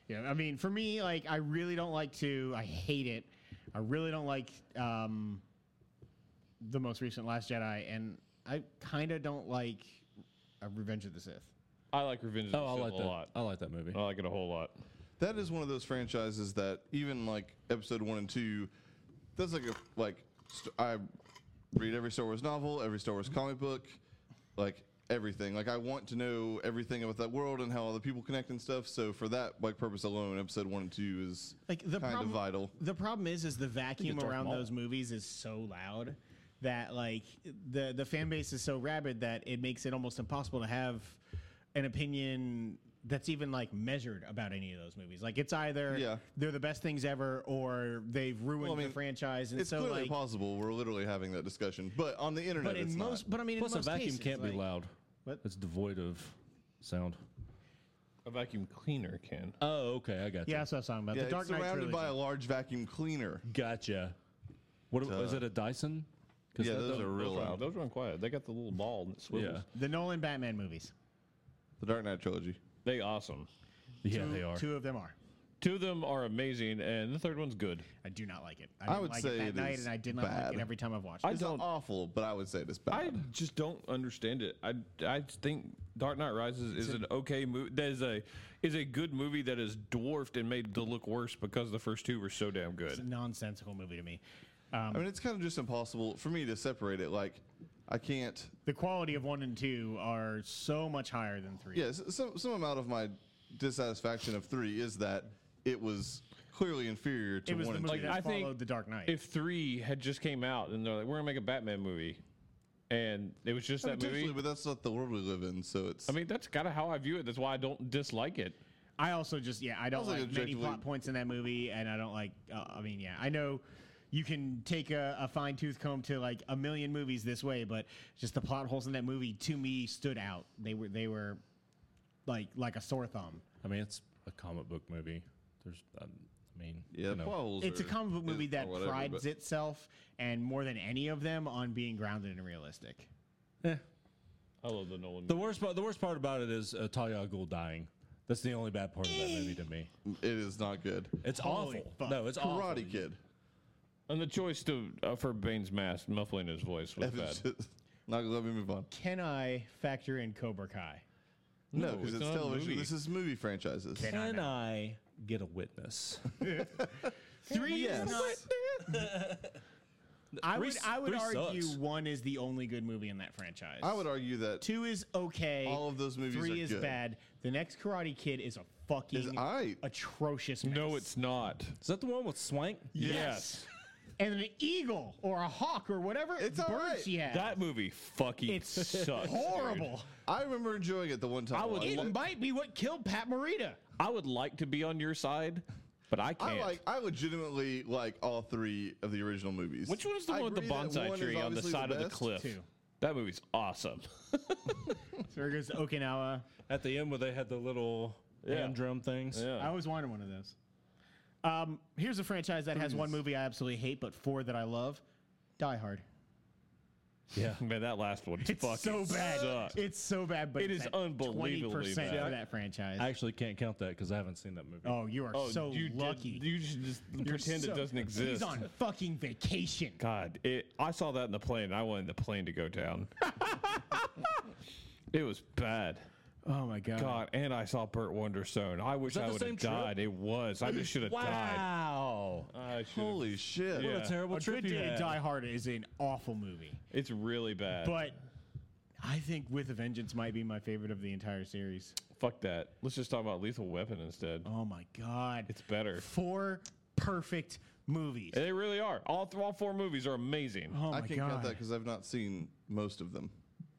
Yeah, I mean, for me, like, I really don't like to. I hate it. I really don't like um, the most recent Last Jedi, and I kind of don't like uh, Revenge of the Sith.
I like Revenge of the
Oh, I
Sith
like
a
that.
lot.
I like that movie.
I like it a whole lot.
That is one of those franchises that even like episode one and two, that's like a like st- I read every Star Wars novel, every Star Wars comic book, like everything. Like I want to know everything about that world and how all the people connect and stuff. So for that like purpose alone, episode one and two is
Like the
kind
problem,
of vital.
The problem is, is the vacuum
Darth
around
Maul.
those movies is so loud that like the the fan base is so rabid that it makes it almost impossible to have an opinion that's even like measured about any of those movies. Like it's either
Yeah.
they're the best things ever or they've ruined
Well, I mean,
the franchise. And
It's
so
clearly
like,
possible. We're literally having that discussion, but on the internet,
but in
it's not.
most, but I mean,
Plus,
in
a
most
vacuum
cases,
can't be
like-
loud.
What?
It's devoid of sound.
A vacuum cleaner can.
Oh, okay. I got
Yeah,
you.
that's what I was talking about.
yeah,
the Dark
it's
Knight
surrounded
trilogy.
by a large vacuum cleaner.
Gotcha. What was it? A Dyson? 'Cause
uh, Yeah,
that-
those
that-
are real
Those run-
loud.
Those run quiet. They got the little ball and it swivels.
Yeah.
the Nolan Batman movies.
The Dark Knight trilogy.
They awesome.
Yeah, they are.
Two of them are.
Two of them are amazing, and the third one's good.
I do not like it. I,
would
didn't like
say
it that
it
night,
is
and I did not like
bad.
it every time I've watched.
I
it.
It's not
don't.
awful, but I would say it's bad.
I just don't understand it. I, I think Dark Knight Rises is an okay movie. That is a is a good movie that is dwarfed and made to look worse because the first two were so damn
It's a
good.
nonsensical movie to me. Um,
I mean, it's kind of just impossible for me to separate it. Like, I can't.
The quality of one and two are so much higher than three.
Yeah, s- some some amount of my dissatisfaction of three is that it was clearly inferior to
it was
one
the
and
movie
two.
that
I think
followed The Dark Knight.
If three had just came out and they're like, we're gonna make a Batman movie, and it was just that
Potentially,
movie.
but that's not the world we live in. So it's.
I mean, that's kind of how I view it. That's why I don't dislike it.
I also just yeah, I don't
Also,
like many
objectively-
plot points in that movie, and I don't like. Uh, I mean, yeah, I know you can take a, a fine tooth comb to like a million movies this way, but just the plot holes in that movie to me stood out. They were they were like like a sore thumb.
I mean, it's a comic book movie. There's, um, I mean,
yeah,
you know.
plot holes
It's a
are-
comic book
is-
movie
or
that
whatever,
prides
but-
itself and more than any of them on being grounded and realistic.
Eh.
I love the Nolan.
The worst part. The worst part about it is uh, Talia al Ghul dying. That's the only bad part of that movie to me.
It is not good.
It's
Holy
awful.
fuck.
No, it's awful.
Karate Kid.
And the choice to uh, for Bane's mask muffling his voice was bad.
It's just- Not gonna let me move on.
Can I factor in Cobra Kai?
No,
No,
because
it's
it's,
not a
television.
movie.
This is movie franchises.
Can I get a witness?
Three is
Yes.
not I
Three
would
s-
I would
three
argue
sucks.
one is the only good movie in that franchise.
I would argue that
Two is okay.
All of those movies
Three
are
is
good.
bad. The next Karate Kid is a
is
fucking
I
atrocious. Mess.
No, it's not.
Is that the one with Swank?
Yes.
and an eagle or a hawk or whatever
It's
bird
all right.
she has.
That movie fucking
It's
sucks. dude.
horrible.
I remember enjoying it the one time.
I would-
watched
It
it.
might be what killed Pat Morita.
I would like to be on your side, but I
I
can't.
like. I legitimately like all three of the original movies.
Which one is the
I
one with the
agree that one
bonsai
is
tree on the
obviously
side of the
best.
cliff?
Two.
That movie's awesome.
So there goes to Okinawa.
At the end where they had the little
Yeah.
hand drum things.
I always wanted one of those. Um, here's a franchise that has one movie I absolutely hate, but four that I love. Die Hard.
Yeah.
Man, that last one
It's
fucking
so bad.
sucked.
It's so bad, but
It
it's
is
at
unbelievably
20%
bad.
for that franchise.
I actually can't count that because I haven't seen that movie.
oh, you are
Oh,
so
you did-
lucky.
you should just
You're
pretend
so-
it doesn't
He's
exist.
on fucking vacation.
God, it, I saw that in the plane. and I wanted the plane to go down. it was bad.
Oh my god.
God, and I saw Burt Wonderstone. I wish
that
I
the
would
same
have
trip?
died. It was. I just should have died.
Wow.
I should've-
Holy shit!
What
Yeah.
a terrible
A
trip
Good
you
Day to
had.
Die Hard is an awful movie,
It's really bad.
but I think With a Vengeance might be my favorite of the entire series.
Fuck that. Let's just talk about Lethal Weapon instead.
Oh my god.
It's better.
Four perfect movies.
They really are. All th- all four movies are amazing.
Oh my
I can't
god.
count that because I've not seen most of them.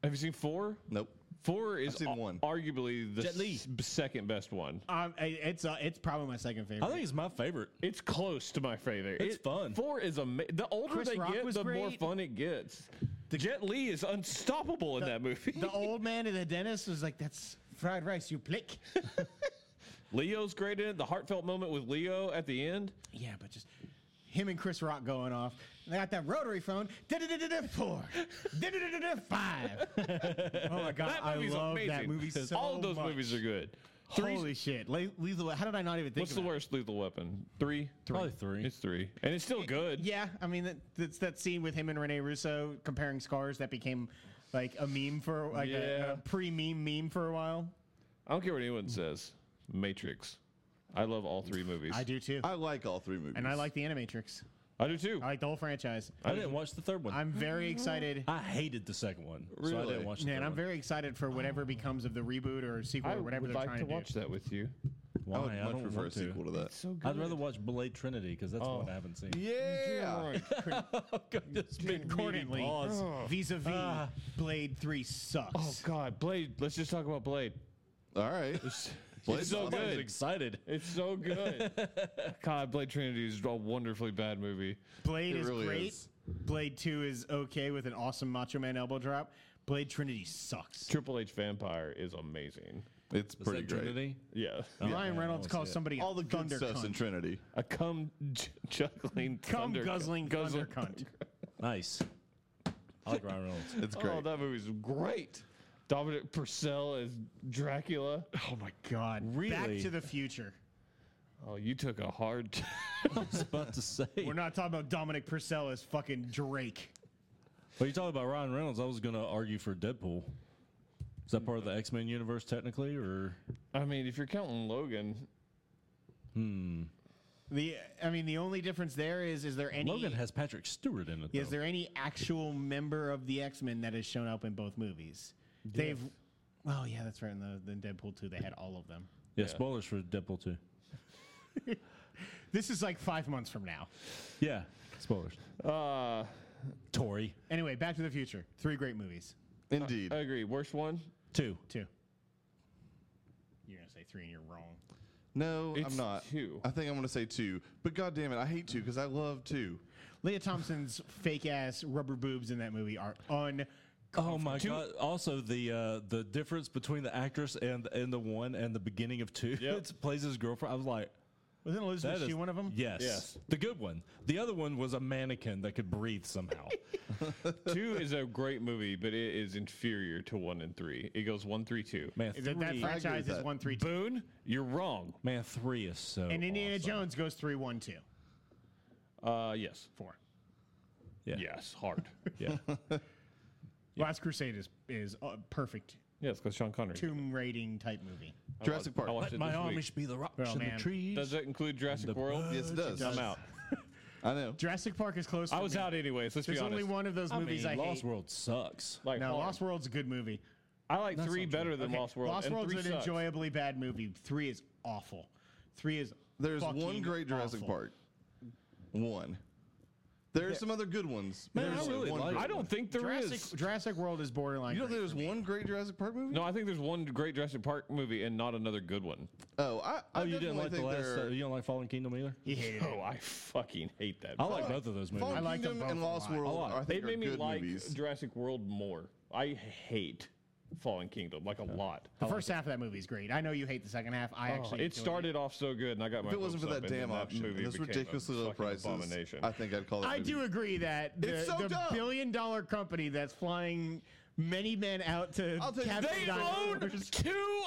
Have you seen four?
Nope.
Four is
seen
a-
one.
arguably the
Jet Li.
s- second best one.
um, I- it's uh, it's probably my second favorite.
I think it's my favorite.
It's close to my favorite.
It's fun.
Four is amazing. The older
Chris
they
Rock
get,
was
the more
great.
fun it gets. Jet Li is unstoppable in that movie.
the old man at the dentist was like, "That's fried rice, you plick."
Leo's great in it. The heartfelt moment with Leo at the end.
yeah, but just him and Chris Rock going off. They got that rotary phone. Da-da-da-da-da, Four. Da-da-da-da-da, Five. Oh my god,
That
I
movie's
love
amazing.
that movie so
All of those
much.
movies are good. Three's-
Holy shit! Le- lethal. How did I not even think?
What's the
about it?
worst lethal weapon? Three?
Probably three.
It's three. And it's still good.
Yeah, I mean that, that's that scene with him and Rene Russo comparing scars that became like a meme for like a,
Yeah.
a pre-meme meme for a while.
I don't care what anyone says. Matrix. I love all three movies.
I do too,
I like all three movies.
and I like the Animatrix.
I do too.
I like the whole franchise.
I didn't watch the third one.
I'm very excited.
I hated the second one, so I
Really?
didn't watch. The
Man,
third
I'm
one.
very excited for whatever becomes of the reboot or sequel
I
or whatever
would
they're
like
trying
to
to,
watch
do.
that with you.
Why?
I would
I
much
don't
prefer a
want to.
sequel to that.
So good.
I'd rather watch Blade Trinity because that's one I haven't seen.
yeah.
This big
Accordingly,
meaty pause.
vis-a-vis,
Ah.
Blade Three sucks.
Oh God, Blade. Let's just talk about Blade.
All right. Blade's
it's so
awesome.
I was
good.
excited.
It's so good. God, Blade Trinity is a wonderfully bad movie.
Blade
It
is
really
great.
is.
Blade Two is okay with an awesome Macho Man elbow drop. Blade Trinity sucks.
Triple H Vampire is amazing.
It's
Is
pretty
that
great.
Trinity?
Yeah,
Ryan
Yeah,
Reynolds
I'll
calls
see it.
somebody
All the
a
good
thunder
stuff's
cunt.
in Trinity.
a cum j- juggling,
Cum
thunder
guzzling
guzzling
thunder cunt.
Nice. I like Ryan Reynolds.
It's great.
Oh, that movie's great. Dominic Purcell as Dracula.
Oh my god! Back
Really?
to the Future.
Oh, you took a hard. T-
I was about to say.
We're not talking about Dominic Purcell as fucking Drake.
Well, you talking about Ryan Reynolds. I was going to argue for Deadpool. Is that part of the X Men universe technically, or
I mean, if you're counting Logan,
The I mean, the only difference there is is there any
Logan has Patrick Stewart in it?
Is
though.
there any actual member of the X Men that has shown up in both movies? They've. Oh yeah, that's right. In the in Deadpool two, they had all of them.
yeah, spoilers for Deadpool two.
This is like five months from now.
Yeah, spoilers.
uh,
Tori
Anyway, Back to the Future. Three great movies.
Indeed.
I agree. Worst one.
two.
Two. You're gonna say three, and you're wrong.
no,
It's
I'm not.
two.
I think I'm gonna say two. But god damn it, I hate two because I love two.
Leah Thompson's fake ass rubber boobs in that movie are un.
Oh my god! Also, the uh, the difference between the actress and and the one and the beginning of two. It plays his girlfriend. I was like,
Wasn't
that
Elizabeth
is
Shue one of them?
Yes.
Yes.
the good one. The other one was a mannequin that could breathe somehow.
two is a great movie, but it is inferior to one and three. It goes one, three, two.
Man,
Is That, that
three.
with
franchise is
that.
one three two.
Boone, you're wrong.
Man, three is so.
And Indiana
awesome.
Jones goes three one two
Uh, yes,
four.
Yeah.
yes, hard.
Yeah.
Last Crusade is is a perfect
yes, because Sean Connery.
tomb raiding type movie.
Jurassic Park.
I watched
Let
it
my
this week.
Amish be the rocks
Oh,
and
man.
the trees.
Oh, Does that include Jurassic World?
Yes, it does.
I'm out.
I know.
Jurassic Park is close.
I
for
was
me.
out anyways. Let's
There's
be honest.
only one of those
I
movies I,
mean, Lost
hate.
World sucks.
Like
No,
hard.
Lost World's a good movie.
I like three
not true.
better than
Okay,
Lost World.
Lost
and
World's
three
an
sucks.
enjoyably bad movie. Three is awful. Three is
There's one
fucking
great Jurassic
awful.
Park. One. There are some other good ones. but
Man, I
there's
really
one
like-
great
I don't
one.
think there is.
Jurassic, Jurassic World is borderline.
You don't
great
think there's
for me.
one great Jurassic Park movie?
No, I think there's one great Jurassic Park movie and not another good one.
Oh, I, I
Oh, you didn't
definitely
like the
think
last.
there
Uh,
are-
you don't like Fallen Kingdom either.
He hated it.
Oh, I fucking hate that.
I like
Fallen-
both of those movies.
Fallen
I like them
Kingdom
both
and
a
Lost
lot.
World.
lot.
are, I
they
think are
made me
good
like
movies.
Jurassic World more. I hate Fallen Kingdom like a lot.
The first half of that movie is great. I know you hate the second half. I actually
Oh, it
enjoyed
started off so good, and I got my.
If it wasn't for
hopes
that
up, and then
damn auction
movie
and those
became a
ridiculously low
fucking
prices,
abomination.
I think I'd call it.
I do agree that the,
It's so
the
dumb.
billion dollar company that's flying many men out to
I'll tell you-
capture
they own
dinosaurs,
two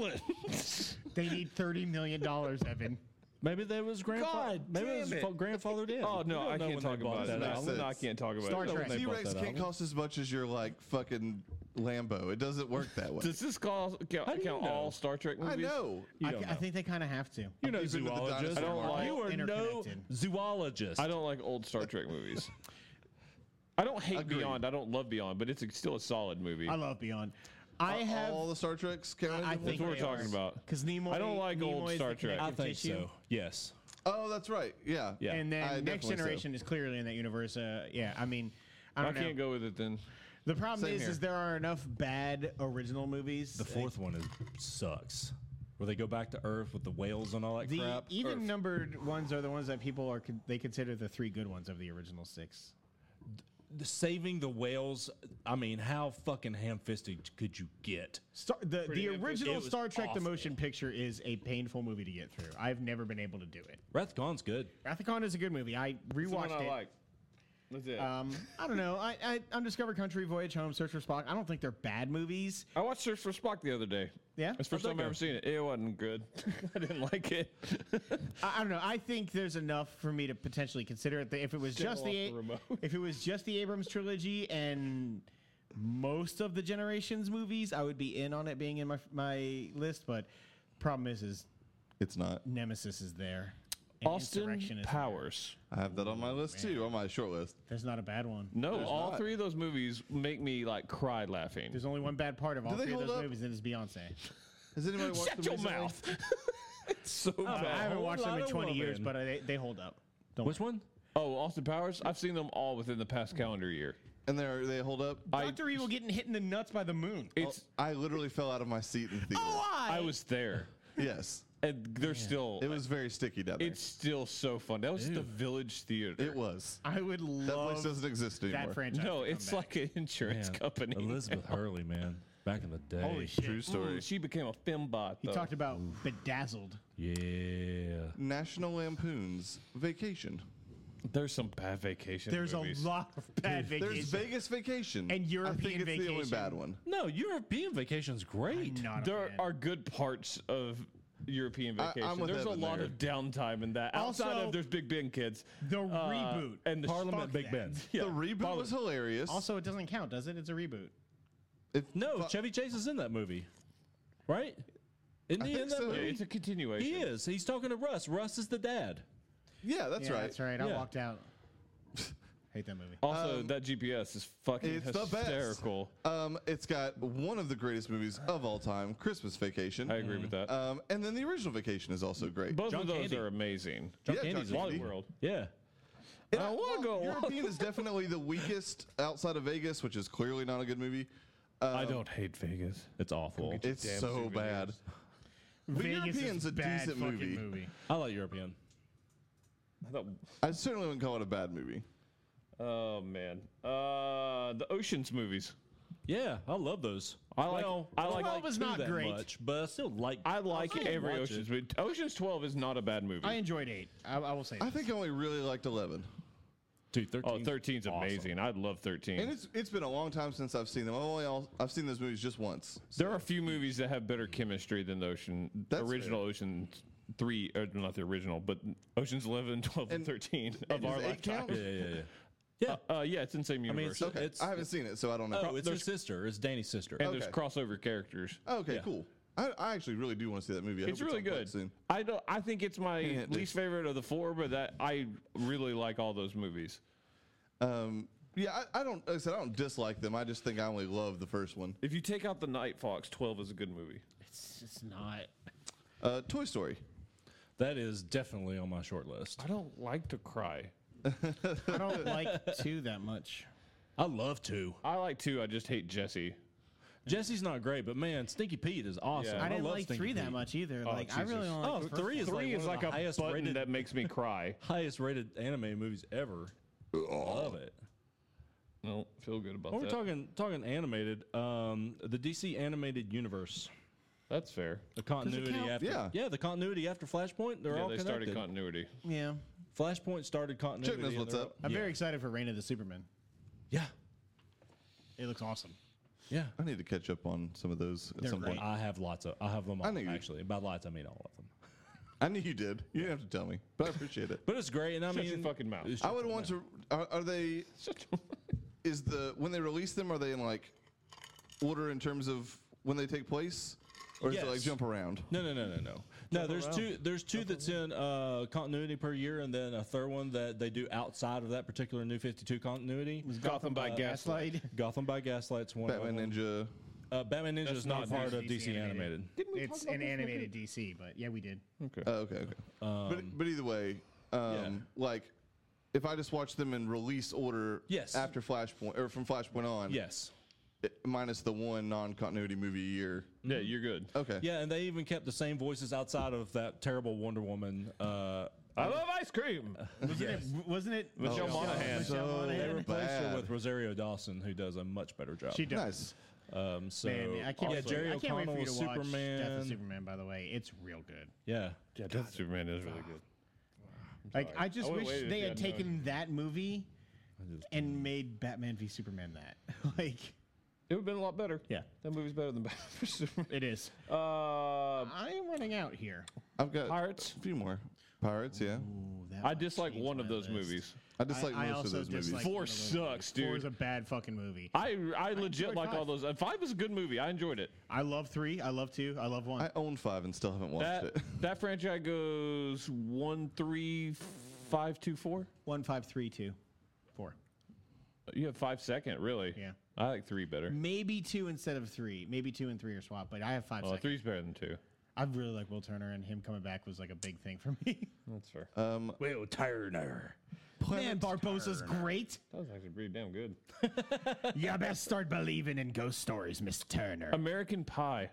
islands.
they need thirty million dollars, Evan.
Maybe that was grandfather.
God
Maybe
damn
it was
it.
fa- grandfathered in.
oh no, I can't talk about
that
it.
out.
No,
Makes
no, I
sense.
can't talk about
Star
it. No,
Trek.
they
T
bought
Rex
that
can't
island.
cost as much as your like fucking Lambo. It doesn't work that way.
Does this call, count,
do you
count
know?
all Star Trek movies?
I know.
I,
don't
I
know.
think they kind of have to.
You're no
deep into the
zoologist.
dinosaur
I don't market. like-
you are no
Interconnected.
zoologist.
I don't like old Star Trek movies. I don't hate
Agreed.
Beyond. I don't love Beyond, but it's a, still a solid movie.
I love Beyond. I
Are
have.
all the Star Treks counted.
I
in
think
one?
what we're
they
talking
are.
about.
'Cause Nimoy-
I don't like
Nimoy
old
is
Star
the
Trek.
I
connective
think
tissue.
so. Yes.
Oh, that's right. Yeah.
Yeah.
And then
I
Next
definitely so.
Generation is clearly in that universe. Uh, yeah, I mean, I
I,
don't know.
can't go with it then.
The problem
Same
is, is
here.
there are enough bad original movies.
The fourth one is sucks. Where they go back to Earth with the whales and all that
The
crap.
even numbered ones are the ones that people are con- they consider the three good ones of the original six.
The saving the whales. I mean, how fucking ham-fisted could you get?
Star, the the
epic.
It
original
was
Star Trek: The
awful.
Motion Picture is a painful movie to get through. I've never been able to do it.
Rathcon's good.
Rathacon is a good movie. I
The one
rewatched
I
it.
like. That's it.
Uh,
Um, I don't know. I, I Undiscovered Country, Voyage Home, Search for Spock. I don't think they're bad movies.
I watched Search for Spock the other day.
Yeah?
It's the first
How'd that
time I've
go?
ever seen it. It wasn't good. I didn't like it.
I, I don't know. I think there's enough for me to potentially consider it. If it was just
off
the,
the
A-
remote.
if it was just the Abrams trilogy and most of the generations movies, I would be in on it being in my my list. But problem is, is
It's not.
Nemesis is there. and
Austin
Insurrection is there.
Powers.
I have that on my list too, on my short list.
There's not a bad one.
No,
There's
all
not.
three of those movies make me like cry laughing.
There's only one bad part of all
they
three of
hold
those
up?
movies, and it's Beyonce.
Has anybody watched
Shut
them
your
recently?
mouth. it's so
I
bad.
haven't watched them in
lot of
20 years,
women.
but uh, they, they hold up. Don't
Which one?
Oh, Austin Powers. I've seen them all within the past calendar year.
And they they hold up.
I-
Doctor Evil getting hit in the nuts by the moon.
It's.
I literally fell out of my seat in the theater.
Oh,
I was there,
Yes,
and they're still.
it was very sticky down there.
It's still so fun. That was the Village Theater.
it was.
I would
That place
love Um, that,
doesn't exist anymore.
franchise.
no,
to come
it's
back.
like an insurance
Man,
company.
Elizabeth Hurley, man. Back in the day.
holy shit.
True story.
Ooh, she became a fembot.
He
Oh.
though.
talked about bedazzled.
Yeah.
National Lampoon's Vacation.
There's some bad vacation.
There's
movies.
a lot of bad
There's
vacations.
Vegas Vacation.
And
I think
European
it's the only
Vacation.
bad one.
No, European vacation's great.
Not a
There
fan.
are good parts of European
I- I'm
vacation.
with
there's a
Evan
lot
there.
of downtime in that. Outside
Also-
of there's Big Ben kids.
The
Uh,
reboot.
and the
Parliament
Fuck
Big
that.
Ben.
Yeah,
the reboot
Parliament.
was hilarious.
also, it doesn't count, does it? It's a reboot.
If-
No,
fu-
Chevy Chase is in that movie. Right? Isn't
I
he
think
in that
so.
Yeah,
movie?
it's a continuation.
He is. He's talking to Russ. Russ is the dad.
yeah, that's
yeah,
right.
That's right. I
Yeah.
walked out. Hate that movie.
Also, that GPS is fucking
It's the best.
hysterical.
Um, it's got one of the greatest movies of all time, Christmas Vacation.
I agree with that.
Um, and then the original Vacation is also great.
Both
John
of those
Candy.
are amazing.
John
Yeah,
Candy's
John
in it.
Candy.
World.
Yeah.
And
I wanna go along.
European is definitely the weakest outside of Vegas, which is clearly not a good movie.
I don't hate Vegas.
It's awful.
It's
damn
so
souvenirs.
bad. But European's a
bad
decent
fucking
movie.
I like European.
I thought,
I certainly wouldn't call it a bad movie.
oh man, uh, the Ocean's movies.
Yeah, I love those.
I like- I like-
don't
Twelve
is
two
not
that
great.
much, but I still like.
I like
still
every
watch
Ocean's
it.
movie. Ocean's Twelve is not a bad movie.
I enjoyed eight. I, I will say.
I
that.
think I only really liked Eleven,
Dude, 13.
oh, 13's amazing. I love Thirteen.
and it's it's been a long time since I've seen them. I've only all, I've seen those movies just once.
There are a few movies that have better chemistry than the Ocean,
That's
original Ocean three, or not the original, but Ocean's 11, 12, and,
And-
13 of
and
our
does eight
lifetime.
count?
Yeah, yeah, yeah.
Uh, yeah, it's in the same
mean,
universe.
it's-
Okay, I haven't seen it, so I don't know.
Oh, it's her
Uh, there's-
sister. It's Danny's sister.
and there's
okay.
crossover characters.
okay,
yeah.
cool. I I, I actually really do want to see that movie. I
It's
hope
really
on point
good.
Soon.
I don't. I think it's my
Yeah, it
least
is.
favorite of the four, but that I really like all those movies.
Um, yeah, I, I don't. Like I said I don't dislike them. I just think I only love the first one.
If you take out the Night Fox, twelve is a good movie.
It's just not.
Uh, Toy Story.
That is definitely on my short list.
I don't like to cry.
I don't like two that much.
Oh,
I love to.
I like two. I just hate Jesse.
Jesse's not great, but man, Stinky Pete is awesome.
Yeah.
I,
I
didn't
love
like
Stinky
three that
Pete.
much either. like I
Jesus.
really only
Oh,
like the first
three
one.
is like,
Three
one
is
of
like
the
a
highest
button
rated,
that makes me cry.
highest rated anime movies ever. Love it.
Don't feel good about
When
that.
we're talking talking animated, um, the DC animated universe,
That's fair.
the continuity
count?
after
Yeah.
the continuity after Flashpoint, they're
Yeah,
all
they
connected.
started continuity.
Yeah,
Flashpoint started continuity.
knows
and
what's
they're
up.
all-
I'm very excited for Reign of the Superman.
Yeah,
It looks awesome.
yeah.
I need to catch up on some of those at
They're
some
great.
point.
I have lots of. I have them all
knew you-
actually. By lots, I mean all of them.
I knew you did. You didn't have to tell me, but I appreciate it.
But it's great, and I
Shut
mean,
your fucking mouth.
it's
I would want to. Are, are they? Is the when they release them? Are they in like order in terms of when they take place, or is it like
Yes.
jump around?
No, no, no, no, no. No, there's two. There's two that's in uh, continuity per year, and then a third one that they do outside of that particular New Fifty Two continuity.
Gotham by Gaslight.
Uh, Gaslight.
Gotham by Gaslight's one.
Batman
of them.
Ninja.
Uh, Batman Ninja is
not
not part of
DC
DC animated.
animated.
Didn't we
It's
talk about
an
this
animated DC, but yeah, we did.
Oh, okay, okay. but but either way, um, like if I just watch them in release order,
Yes.
after Flashpoint or from Flashpoint on,
Yes.
it- minus the one non-continuity movie a year.
Mm. Yeah, you're good.
Okay.
Yeah, and they even kept the same voices outside of that terrible Wonder Woman. Uh,
I love ice cream.
Wasn't it? Wasn't it?
Michelle Monaghan.
Michelle
So
they
Monaghan.
replaced her
Oh, bad.
with Rosario Dawson, who does a much better job.
She does.
Nice.
um, so
Man, I can't,
yeah,
wait, for,
Jerry
I can't wait for
O'Connell
you
was
to
Superman.
watch Death of Superman. By the way, it's real good.
Yeah,
Yeah, Death of Superman is really good.
Like I just
I would've
wish
waited
they
if you
had
hadn't
taken that movie and made Batman v Superman that. like
It would have been a lot better.
Yeah.
That movie's better than Batman vs Superman.
it is.
Uh,
I'm running out here.
I've got
Pirates.
A few more pirates. Yeah.
Ooh, that
I
might
dislike
change
one of
my
those
list.
movies.
I dislike
I
most of
also
those movies.
dislike one
Four
of those
sucks,
Four
dude.
is a bad fucking movie.
I I legit
enjoyed
like all
five.
those. And five is a good movie. I enjoyed it.
I love three. I love two. I love one.
I own five and still haven't watched
That
it.
that franchise goes one three five two four.
one, five, three, two, four.
You have five second, really.
Yeah.
I like three better.
Maybe two instead of three. Maybe two and three are swapped, but I have five
Well,
seconds.
three's better than two.
I really like Will Turner, and him coming back was like a big thing for me.
That's fair.
Um,
Will Turner.
Man, Barbosa's great.
that was actually pretty damn good.
You best start believing in ghost stories, Miss Turner.
American Pie.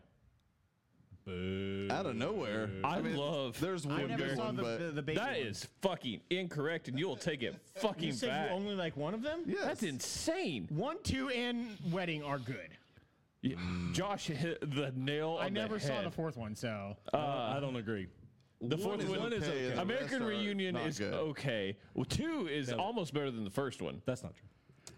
out of nowhere.
I love-
There's
I
one
never
good
saw
one,
the,
but
the, the baby.
That
one.
is fucking incorrect, and you'll take it
You
fucking
said
back.
you only like one of them?
yes.
That's insane.
One, two, and wedding are good.
Yeah, Josh hit the nail.
I
on the
never saw the
head. Oh,
fourth one, so
Uh, I don't agree.
The fourth
is
one,
okay
is
and the
American
rest are
Reunion
not
is
good.
okay. Well, two is almost better than the first one.
That's not true.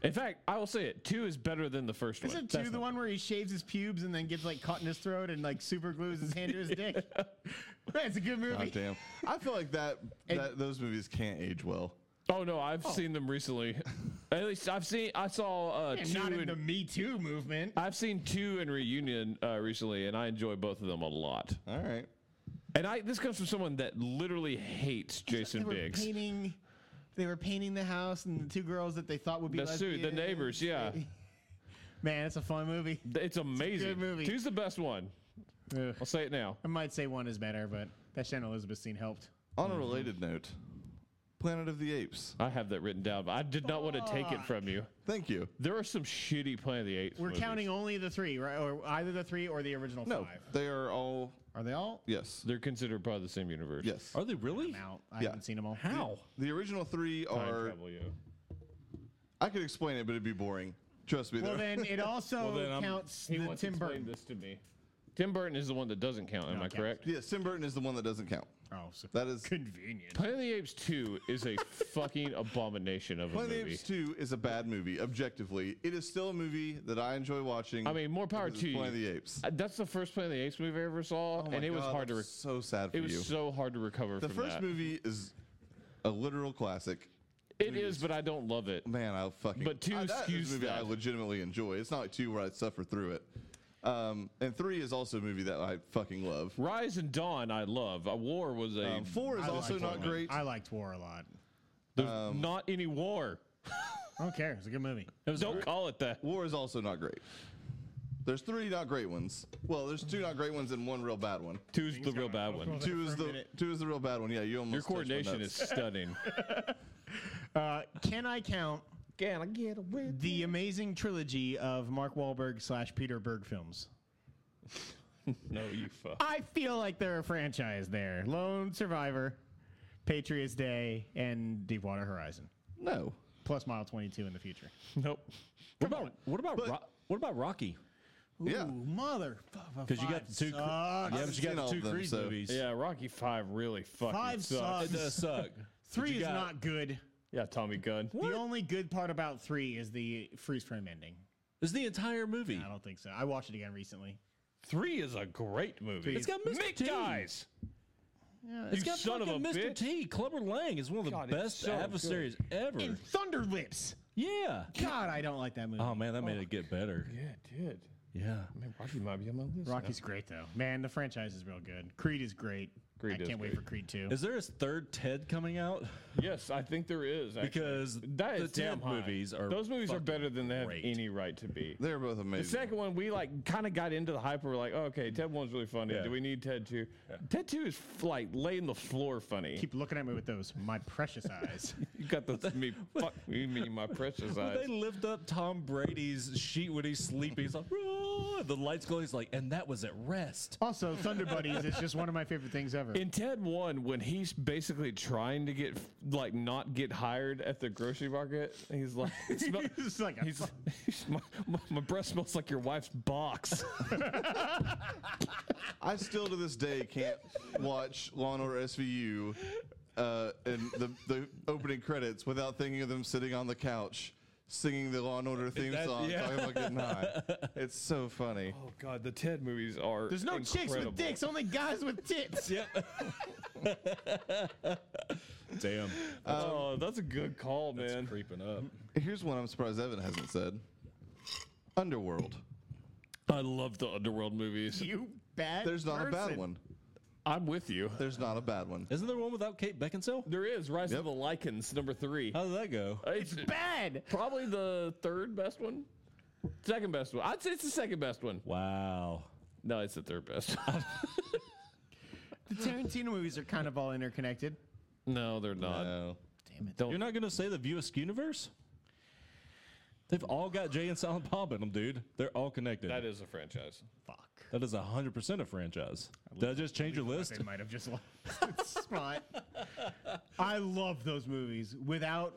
In fact, I will say it. Two is better than the first one.
isn't two the one where he shaves his pubes and then gets like caught in his throat and like super glues his hand to his dick? That's a good
God
movie.
damn. I feel like that,
And-
that those movies can't age well.
Oh no, I've seen them recently. At least I've seen. I saw uh,
And
two.
not in
and-
the Me Too movement.
I've seen two and reunion uh, recently, and I enjoy both of them a lot.
All right.
And I this comes from someone that literally hates Jason
they
Biggs.
Were painting, they were painting the house, and the two girls that they thought would be
The suit, the
lesbians.
neighbors, yeah,
Man, it's a fun movie.
it's amazing.
movie.
Two's the best one.
Ugh.
I'll say it now.
I might say one is better, but that Shannon Elizabeth scene helped.
On a
Mm-hmm.
related note, Planet of the Apes.
I have that written down, but I did not want to take it from you.
Thank you.
There are some shitty Planet of the Apes.
We're
movies.
counting only the three, right? Or either the three or the original
No,
five.
they are all
Are they all?
yes,
They're considered part of the same universe.
yes.
Are they really?
I'm out. I
Yeah.
haven't seen them all.
How?
The original three
Time
are.
travel, yo.
I could explain it, but it'd be boring. Trust me.
Well,
though.
then it also
then I'm-
counts
He
the
once
Tim
explained
Burton.
this to me. Tim Burton is the one that doesn't count. Am I
counts.
correct?
yes, Tim Burton is the one that doesn't count.
Oh, so
That is
convenient.
Planet of the Apes Two is a fucking abomination of a
Planet of the
movie.
Apes Two is a bad movie. Objectively, it is still a movie that I enjoy watching.
I mean, more power
because it's
to you.
Planet of the Apes.
Uh, That's the first Planet of the Apes movie I ever saw,
Oh my
and it was
God,
hard to.
I'm
Re-
so sad for
it was
you.
so hard to recover
the
from
first
that.
movie is a literal classic.
It is, but I don't love it.
Man, I fucking.
But two
I, that is a
skews
movie I
that.
legitimately enjoy. It's not like two where I suffer through it. Um, and three is also a movie that I fucking love.
Rise and Dawn, I love. Uh, war was a.
Um, four is
I
also
liked
not
War.
great.
I liked War a lot.
there's
um,
not any war.
I don't care. It's a good movie.
Don't call it that.
War is also not great. There's three not great ones. Well, there's two not great ones and one real bad one.
Two's the real bad
awful.
one.
there
Two
for
is
a
the
minute.
two is the real bad one. Yeah, you almost
Your
touched my
coordination is
nuts.
stunning.
Uh, can I count
Can I get away?
the amazing trilogy of Mark Wahlberg slash Peter Berg films?
No, you fuck.
I feel like they're a franchise there. Lone Survivor, Patriots Day, and Deepwater Horizon.
no.
Plus Mile 22 in the future.
Nope.
What about what about Ro- what about Rocky?
Yeah.
mother.
Because you got the two. yeah,
I've
but you
seen
got
all
the two
of them,
Creed
so-
movies.
Yeah, Rocky Five really fucking
Five
sucks.
it does suck.
Three
But you
is
got-
not good.
Yeah, Tommy Gunn.
The only good part about three is the freeze frame ending.
It's the entire movie.
I don't think so. I watched it again recently.
Three is a great movie.
It's got Mr.
Mick
T.
dies.
It's
You
got
son of
fucking
a
Mr.
bitch.
T. Clubber Lang is one of the
God, it's
best
so
adversaries ever.
And Thunder Lips.
yeah.
God, I don't like that movie.
Oh man, that made it get better.
Yeah, it did.
Yeah.
Man, Rocky might be on my list.
Rocky's great though. Man, the franchise is real good. Creed is great.
Creed
I
is
can't wait
great.
for Creed 2.
Is there a third Ted coming out?
Yes, I think there is actually.
Because
that
the
is damn
Ted
high.
movies are
those movies are
fucking
better than they have
great.
any right to be.
They're both amazing.
The second one, we like kind of got into the hype. We're like, oh, okay, Ted one's really funny.
Yeah.
Do we need Ted two? Ted two is f- like laying the floor funny.
Keep looking at me with those my precious eyes.
you got the me fuck you mean my precious
When
eyes.
they lift up Tom Brady's sheet when he's sleeping, he's like, "Roar," the lights glow. He's like, and that was at rest.
Also, Thunder Buddies is just one of my favorite things ever.
In Ted one, when he's basically trying to get like not get hired at the grocery market, he's like, it smell-
It's like a
he's, he's- my, my, my breath smells like your wife's box.
I still to this day can't watch Law and Order SVU uh, and the, the opening credits without thinking of them sitting on the couch singing the Law and Order theme
That-
song,
yeah.
talking about getting high. It's so funny.
oh god, the Ted movies are
There's no chicks
incredible.
with dicks, only guys with tits.
Yep. Damn,
Oh, that's a good call, man.
creeping up.
Here's one I'm surprised Evan hasn't said. Underworld.
I love the underworld movies.
You bad.
There's not a bad
person.
one.
I'm with you.
There's not a bad one.
Isn't there one without Kate Beckinsale?
There is Rise
Yep.
of the Lycans, number three.
How did that go?
Uh, it's
Bad.
probably the third best one. Second best one. I'd say it's the second best one.
Wow.
No, it's the third best.
The Tarantino movies are kind of all interconnected.
no, they're not.
No.
Damn it.
You're not gonna say the View Askew universe? They've all got Jay and Silent Bob in them, dude. They're all connected.
That is a franchise.
Fuck.
That is 100% a franchise. Did I just change your list?
They might have just lost its spot. I love those movies without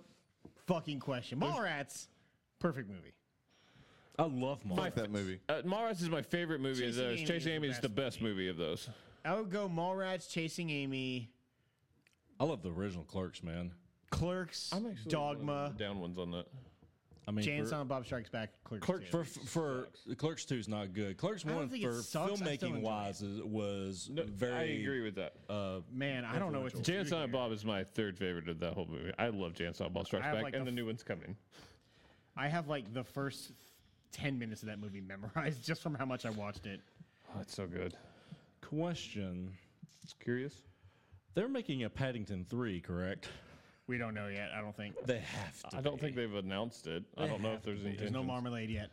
fucking question. Mallrats, perfect movie.
I love Mom.
Fuck that movie.
Uh, Mallrats is my favorite movie.
Chasing
of those.
Amy
Chasing
is the
Amy is the
best
best movie of those.
I would go Mallrats, Chasing Amy,
I love the original Clerks, man.
Clerks, Dogma,
down ones on that.
I mean,
Jay and
for,
Silent Bob Strikes Back, Clerks.
Clerk,
too.
for, for Clerks 2 is not good. Clerks
don't
1 for
think it sucks. I still enjoy
filmmaking
it.
wise is, was very.
I agree with that. Uh,
Man, I don't know what to
Jan
do
Silent
here.
Bob is my third favorite of that whole movie. I love Jan Silent Bob Strikes
I have,
Back,
like,
and the
the f-
new one's coming.
I have like the first 10 minutes of that movie memorized just from how much I watched it.
Oh, it's so good.
Question.
Curious?
They're making a Paddington 3, correct?
We don't know yet, I don't think.
They have to.
I don't think they've announced it. I don't know if there's any.
There's no marmalade yet.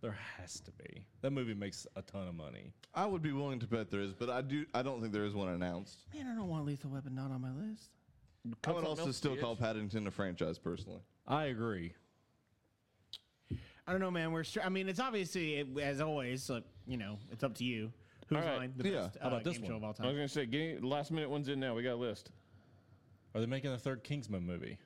There has to be. That movie makes a ton of money.
I would be willing to bet there is, but I do. I don't think there is one announced.
Man, I don't want Lethal Weapon not on my list.
I would
something
also
else,
still
bitch.
call Paddington a franchise, personally.
I agree.
I don't know, man. We're str- I mean, it's obviously it, as always. Like, you know, it's up to you. Who's
All right.
on the
Yeah.
best
How about
uh,
this
game
one?
show of
I
all
was
time?
gonna say, getting, last minute ones in now. We got a list.
Are they making a third Kingsman movie?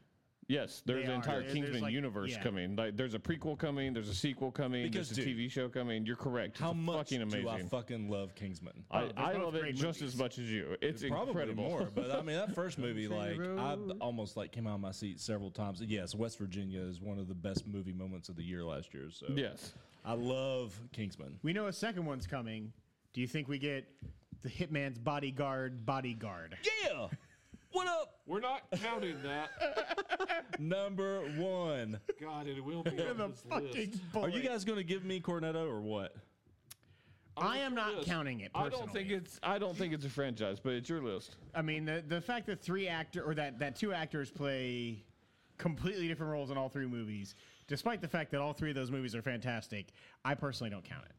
Yes, there's
They
an
are.
entire
There- there's
Kingsman
like-
universe
yeah.
coming. Like, there's a prequel coming. There's a sequel coming.
Because,
there's a
dude,
TV show coming. You're correct. It's
How
a
much
fucking amazing.
do I fucking love Kingsman?
I,
they're
I
both
love it
great
just
movies.
as much as you. It's
Probably
incredible.
more, but I mean that first movie, like I
Zero.
almost like came out of my seat several times. Yes, West Virginia is one of the best movie moments of the year last year. So
yes.
I love Kingsman.
We know a second one's coming. Do you think we get the Hitman's bodyguard? Bodyguard.
Yeah, what up?
We're not counting that.
Number one.
God, it will be.
the fucking
Are
bullet.
you guys going to give me Cornetto or what?
on
I am
your
not
list.
counting it
I don't think
personally.
it's. I don't think it's a franchise, but it's your list.
I mean, the the fact that three actor or that that two actors play completely different roles in all three movies, despite the fact that all three of those movies are fantastic, I personally don't count it.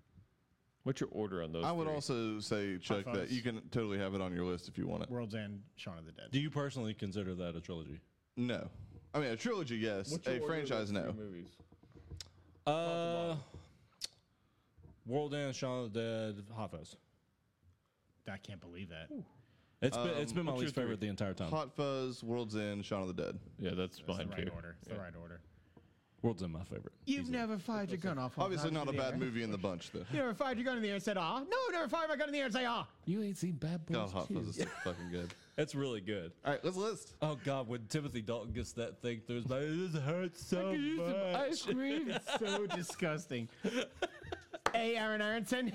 What's your order on those?
I would
three?
also say, Chuck, that
fives.
you can totally have it on your list if you want it.
World's End, Shaun of the Dead.
Do you personally consider that a trilogy?
No. I mean, a trilogy, yes.
What's your
a
order of
franchise,
those
no.
three Movies.
Uh, World End, Shaun of the Dead, Hot Fuzz.
I can't believe that.
It's been Um, it's been my
what's your
least favorite
three?
the entire time.
Hot Fuzz, World's End, Shaun of the Dead.
Yeah, that's,
It's the
mine
right
too.
order. It's the right order.
World's End, my favorite.
You've never fired your gun off. one
Obviously,
time
not
in
a
the
bad
air.
movie in the bunch, though.
You never fired your gun in the air and said ah. No, never fired my gun in the air and say ah.
You ain't seen Bad Boys.
God, Hot Fuzz is so fucking good.
It's really good.
All right, let's list.
Oh God, when Timothy Dalton gets that thing through his mouth, it just hurts so much.
ice cream.
So disgusting. hey, Aaron Aronson.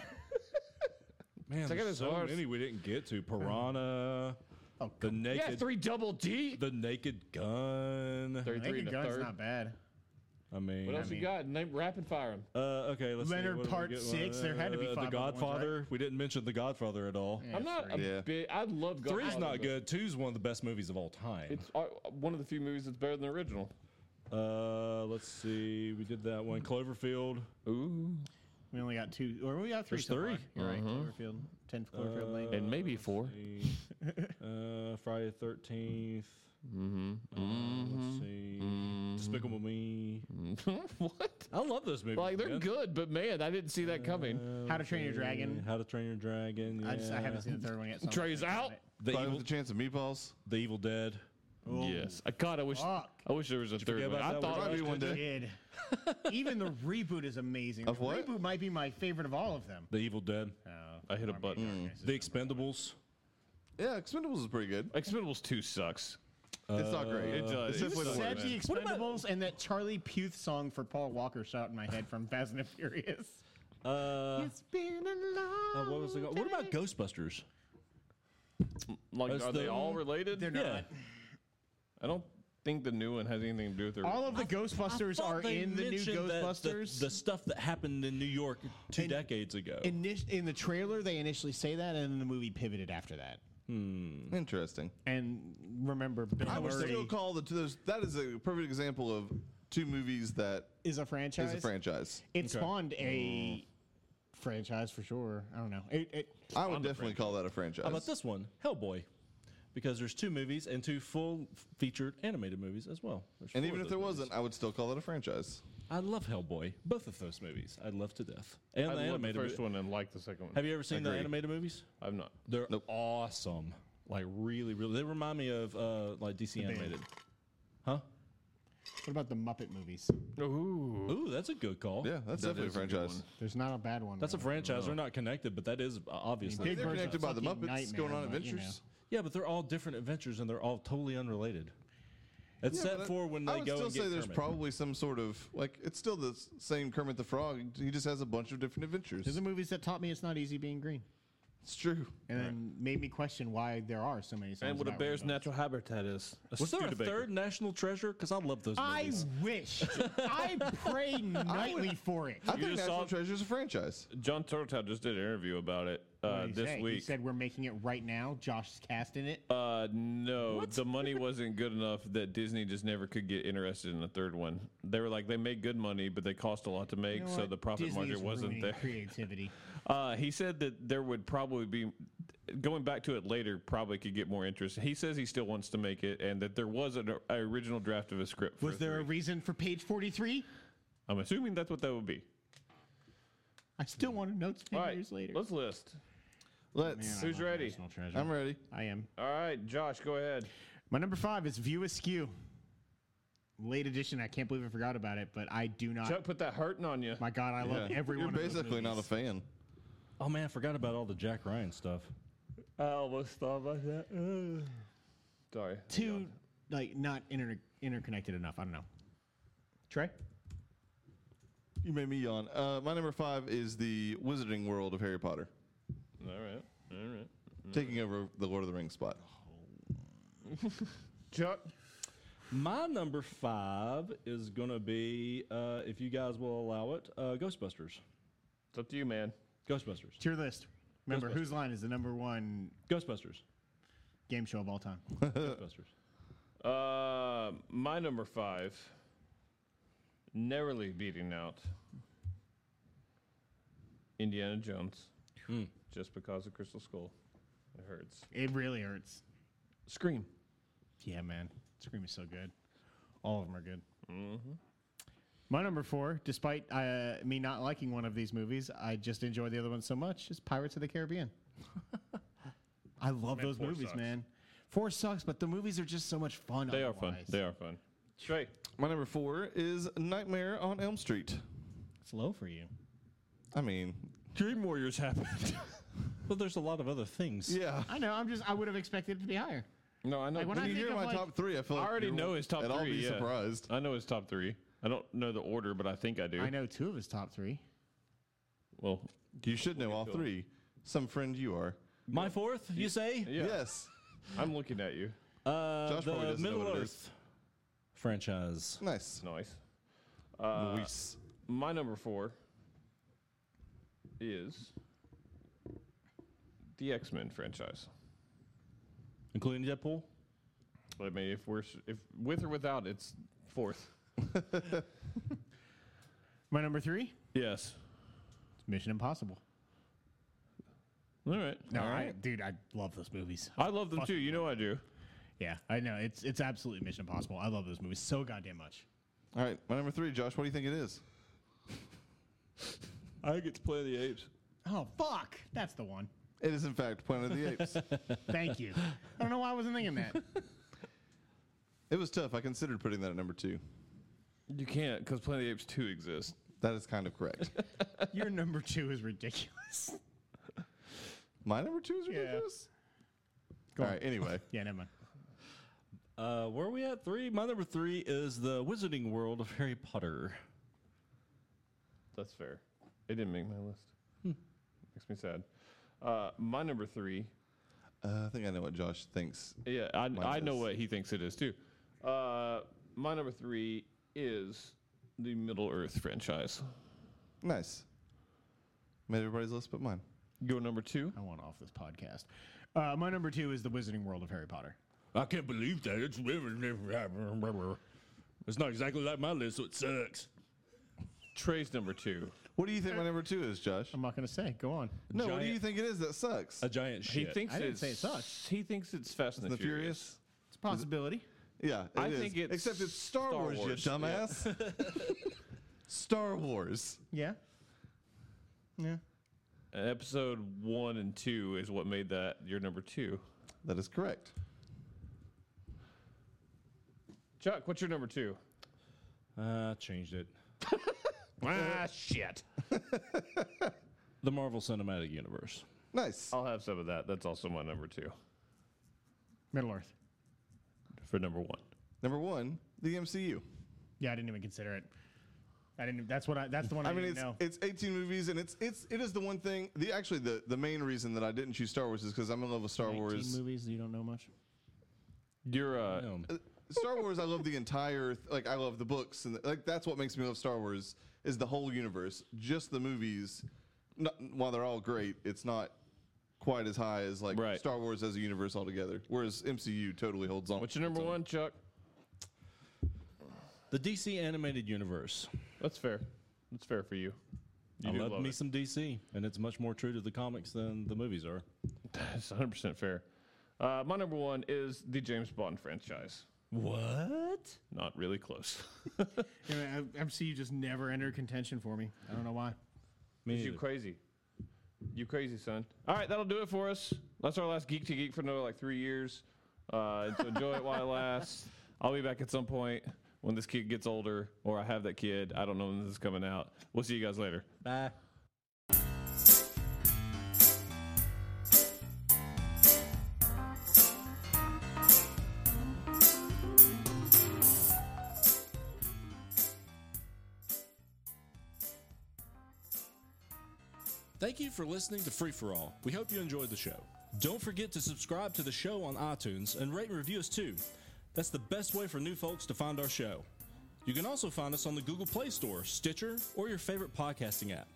Man,
Check out
there's
his
so
arse.
many we didn't get to. Piranha,
Oh,
the naked,
yeah, three double D.
the naked gun.
Thirty-three
Naked
and a
Gun's
third.
not bad.
I mean,
What else you got? Name, rapid fire 'em.
Uh, okay, let's see,
Leonard
what did we
Part
get?
Six, there had to be five
Uh, The
other ones, right?
Godfather. We didn't mention The Godfather at all.
I'm not a
Yeah.
big. I love Godfather.
Three's not
but
good. Two's one of the best movies of all time.
It's uh, one of the few movies that's better than the original.
uh, let's see. We did that one. Cloverfield.
Ooh,
We only got two, or we got three.
There's
so
three.
far. You're right. Cloverfield, ten for Cloverfield Lane.
and maybe four.
uh, Friday the 13th. Mm-hmm. let's see. Despicable Me.
what?
I love those movies.
Like they're
man.
good, but man, I didn't see that coming.
Uh,
How to Train Your
Okay,
Dragon.
How to Train Your Dragon. Yeah.
I, just, I haven't seen the third one yet. so I'm
Trey's
not gonna
out.
count
the
Five
evil,
with a chance of meatballs.
the evil Dead.
Yes. I God, I wish.
fuck.
I wish there was a third
forget
one.
about
I
that
thought.
one?
Probably one
it.
day.
Did. Even the reboot is amazing.
Of
the
what? Oh,
reboot might be my favorite of all of them. hmm.
The Evil Dead.
I hit a
Mm.
button.
The Expendables.
Yeah, Expendables is pretty good.
Expendables two sucks.
It's not great.
it does.
It's
You
definitely the
Said
worst.
the Expendables and that Charlie Puth song for Paul Walker shot in my head from Fast and the Furious.
Uh,
It's been a long.
what was it? called? What about Ghostbusters?
Like,
That's
are they
the-
all related?
They're not.
I don't think the new one has anything to do with their.
All of the Ghostbusters
thought
are
they
in the new
mentioned that
Ghostbusters.
The, the stuff that happened in New York two decades ago.
Init- in the trailer, they initially say that, and then the movie pivoted after that.
Interesting.
And remember, Bill
I would still
Murray
call the two, those. That is a perfect example of two movies that
is a
is
franchise.
a franchise.
It spawned
Mm.
a franchise for sure. I don't know. It, it,
I would definitely call that a
How about
franchise.
this one, Hellboy? Because there's two movies and two full f- featured animated movies as well. There's
And
four
even
of
if there
those movies.
wasn't, I would still call that a franchise.
I love Hellboy. Both of those movies, I love to death. And
I
the
love the
animated.
first
mo-
one and like the second one.
Have you ever seen the
Agree.
animated movies?
I've not.
They're awesome. Like really, really. They remind me of uh, like DC animated. Huh?
what about the Muppet movies?
Ooh.
Ooh, that's a good call.
Yeah, that's definitely a
is a good
franchise.
one.
There's not a bad one.
That's a
really.
franchise. They're not connected, but that is uh, obviously.
Big
They're
Bird's a
connected by the
fucking
Muppets going
nightmare,
on
but, you
adventures.
Yeah, but they're all different adventures and they're all totally unrelated. Except
But
for when
I
they
would
go
still
and
say
get
there's
Kermit.
probably some sort of like it's still the s- same Kermit the Frog. He just has a bunch of different adventures.
Those are movies that taught me it's not easy being green,
It's true.
and then made me question why there are so many. Songs
And what a
about
bear's
rainbows.
natural habitat is. A
Was there a
Studebaker.
third National Treasure? Because I love those
I
movies.
wish. I pray nightly for it.
I think
just
National
saw-
Treasure is a franchise.
John Turtle just did an interview about it uh,
What'd he
this
say? he
week.
said we're making it right now. Josh's cast in it.
Uh, no, the money wasn't good enough that Disney just never could get interested in a third one. They were like, they made good money, but they cost a lot to make,
You know
so
what?
the profit
Disney is
margin wasn't
ruining
there.
Creativity.
Uh, he said that there would probably be going back to it later. Probably could get more interest. He says he still wants to make it, and that there was an a original draft of a script. For
Was
it.
there a reason for page forty-three?
I'm assuming that's what that would be.
I still want to know ten
All right,
years later.
let's list.
Let's.
Who's ready?
National treasure.
I'm ready.
I am.
All right, Josh, go ahead.
My number five is View Askew. Late edition. I can't believe I forgot about it, but I do not.
Chuck put that hurting on you.
My God, I love
Yeah.
every
You're
one of those
basically not a
movies.
fan.
oh man, I forgot about all the Jack Ryan stuff.
I almost thought about that. Sorry.
Too like not inter- interconnected enough. I don't know. Trey,
You made me yawn. Uh, my number five is the Wizarding World of Harry Potter,
All right. All right.
taking over the Lord of the Rings spot.
Chuck.
My number five is gonna be, uh, if you guys will allow it, uh, Ghostbusters.
It's up to you, man.
Ghostbusters.
It's your list. Remember, Whose Line is the number one
Ghostbusters.
game show of all time?
Ghostbusters.
Uh, my number five, narrowly beating out Indiana Jones, just because of Crystal Skull. It hurts.
It really hurts.
Scream.
Yeah, man. Scream is so good. All of them are good.
Mm-hmm.
My number four, despite uh, me not liking one of these movies, I just enjoy the other one so much, is Pirates of the Caribbean. I love those
four
movies,
sucks.
man. Four sucks, but the movies are just so much fun.
They are fun.
otherwise.
They are fun. Trey.
My number four is Nightmare on Elm Street.
It's low for you.
I mean,
Dream Warriors happened. well, there's a lot of other things.
yeah.
I know. I'm just. I would have expected it to be higher.
No, I know.
Like, when
When
I
you
think
hear
of,
my
like-
top three, I feel
I
like
already
you
know
won't
his top
at
three.
all be
yeah.
surprised.
I know his top three. I don't know the order, but I think I do.
I know two of his top three.
Well,
You should know all three. Some friend you are.
My fourth, you say?
yeah.
Yes.
I'm looking at you.
Uh,
Josh probably
the
doesn't know
Middle
what it is.
Earth franchise.
Nice.
Nice. Uh,
Luis.
My number four is the X Men franchise.
Including Deadpool?
I mean, if we're s- if with or without, it's fourth.
My number three,
Yes.
it's Mission Impossible.
All right.
No, I, dude, I love those movies.
I love them too. You know I do.
Yeah, I know. It's it's absolutely Mission Impossible. I love those movies so goddamn much.
All right. My number three, Josh, what do you think it is?
I get to play the apes.
Oh fuck, that's the one.
It is, in fact, Planet of the Apes.
Thank you. I don't know why I wasn't thinking that.
it was tough. I considered putting that at number two.
You can't because Planet of the Apes two exists.
That is kind of correct.
Your number two is ridiculous.
my number two is
Yeah.
ridiculous.
Go
All
on.
right. Anyway,
Yeah, never mind.
Uh, where are we at? Three? My number three is The Wizarding World of Harry Potter.
That's fair. It didn't make my list. Makes me sad. Uh, my number three.
uh, I think I know what Josh thinks.
Yeah, I, I know
is.
what he thinks it is too. Uh, my number three is the Middle Earth franchise.
Nice. Made everybody's list but mine.
Your number two.
I want off this podcast. Uh, my number two is the Wizarding World of Harry Potter.
I can't believe that. It's it's not exactly like my list, so it sucks.
Trey's number two.
What do you think my number two is, Josh?
I'm not gonna say. Go on.
No, what do you
giant-
think it is? That sucks.
A giant
He
shit.
thinks
I didn't
it's
say it sucks.
he thinks it's Fast and
the
the,
Furious.
Furious.
It's a possibility.
Yeah,
I
it is.
think it's
except it's Star,
Star
Wars,
Wars,
you
yeah.
dumbass. Star Wars.
Yeah. Yeah.
Episode one and two is what made that your number two.
That is correct.
Chuck, what's your number two?
uh, changed it.
Ah, shit.
The Marvel Cinematic Universe.
Nice.
I'll have some of that. That's also my number two
Middle Earth.
for number one.
Number one, the MCU.
Yeah, I didn't even consider it. I didn't. That's what I. That's the one I,
I mean,
didn't
it's
know.
it's 18 movies, and it's it's it is the one thing. The actually the the main reason that I didn't choose Star Wars is because I'm in love with Star
19
Wars.
movies you don't know much.
You're uh,
Um,
Uh, Star Wars, I love the entire th- like I love the books and the, like that's what makes me love Star Wars is the whole universe. Just the movies, not, while they're all great, it's not quite as high as like
Right.
Star Wars as a universe altogether. Whereas MCU totally holds on.
what's your number one, Chuck?
the DC Animated Universe.
That's fair. That's fair for you. You
I
do
love,
love
me
it.
some DC, and it's much more true to the comics than the movies are.
That's 100 percent fair. Uh, my number one is the James Bond franchise.
What?
Not really close.
Yeah, I- MCU just never entered contention for me. I don't know why.
Me
You
neither.
crazy. You crazy, son. All right, that'll do it for us. That's our last Geek to Geek for another like three years. Uh, and so enjoy it while it lasts. I'll be back at some point when this kid gets older, or I have that kid. I don't know when this is coming out. We'll see you guys later.
Bye. Thank you for listening to Free For All. We hope you enjoyed the show. Don't forget to subscribe to the show on iTunes and rate and review us too. That's the best way for new folks to find our show. You can also find us on the Google Play Store, Stitcher, or your favorite podcasting app.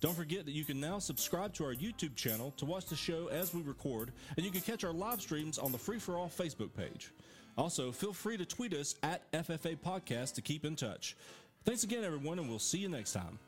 Don't forget that you can now subscribe to our YouTube channel to watch the show as we record, and you can catch our live streams on the Free For All Facebook page. Also, feel free to tweet us at FFA Podcast to keep in touch. Thanks again, everyone, and we'll see you next time.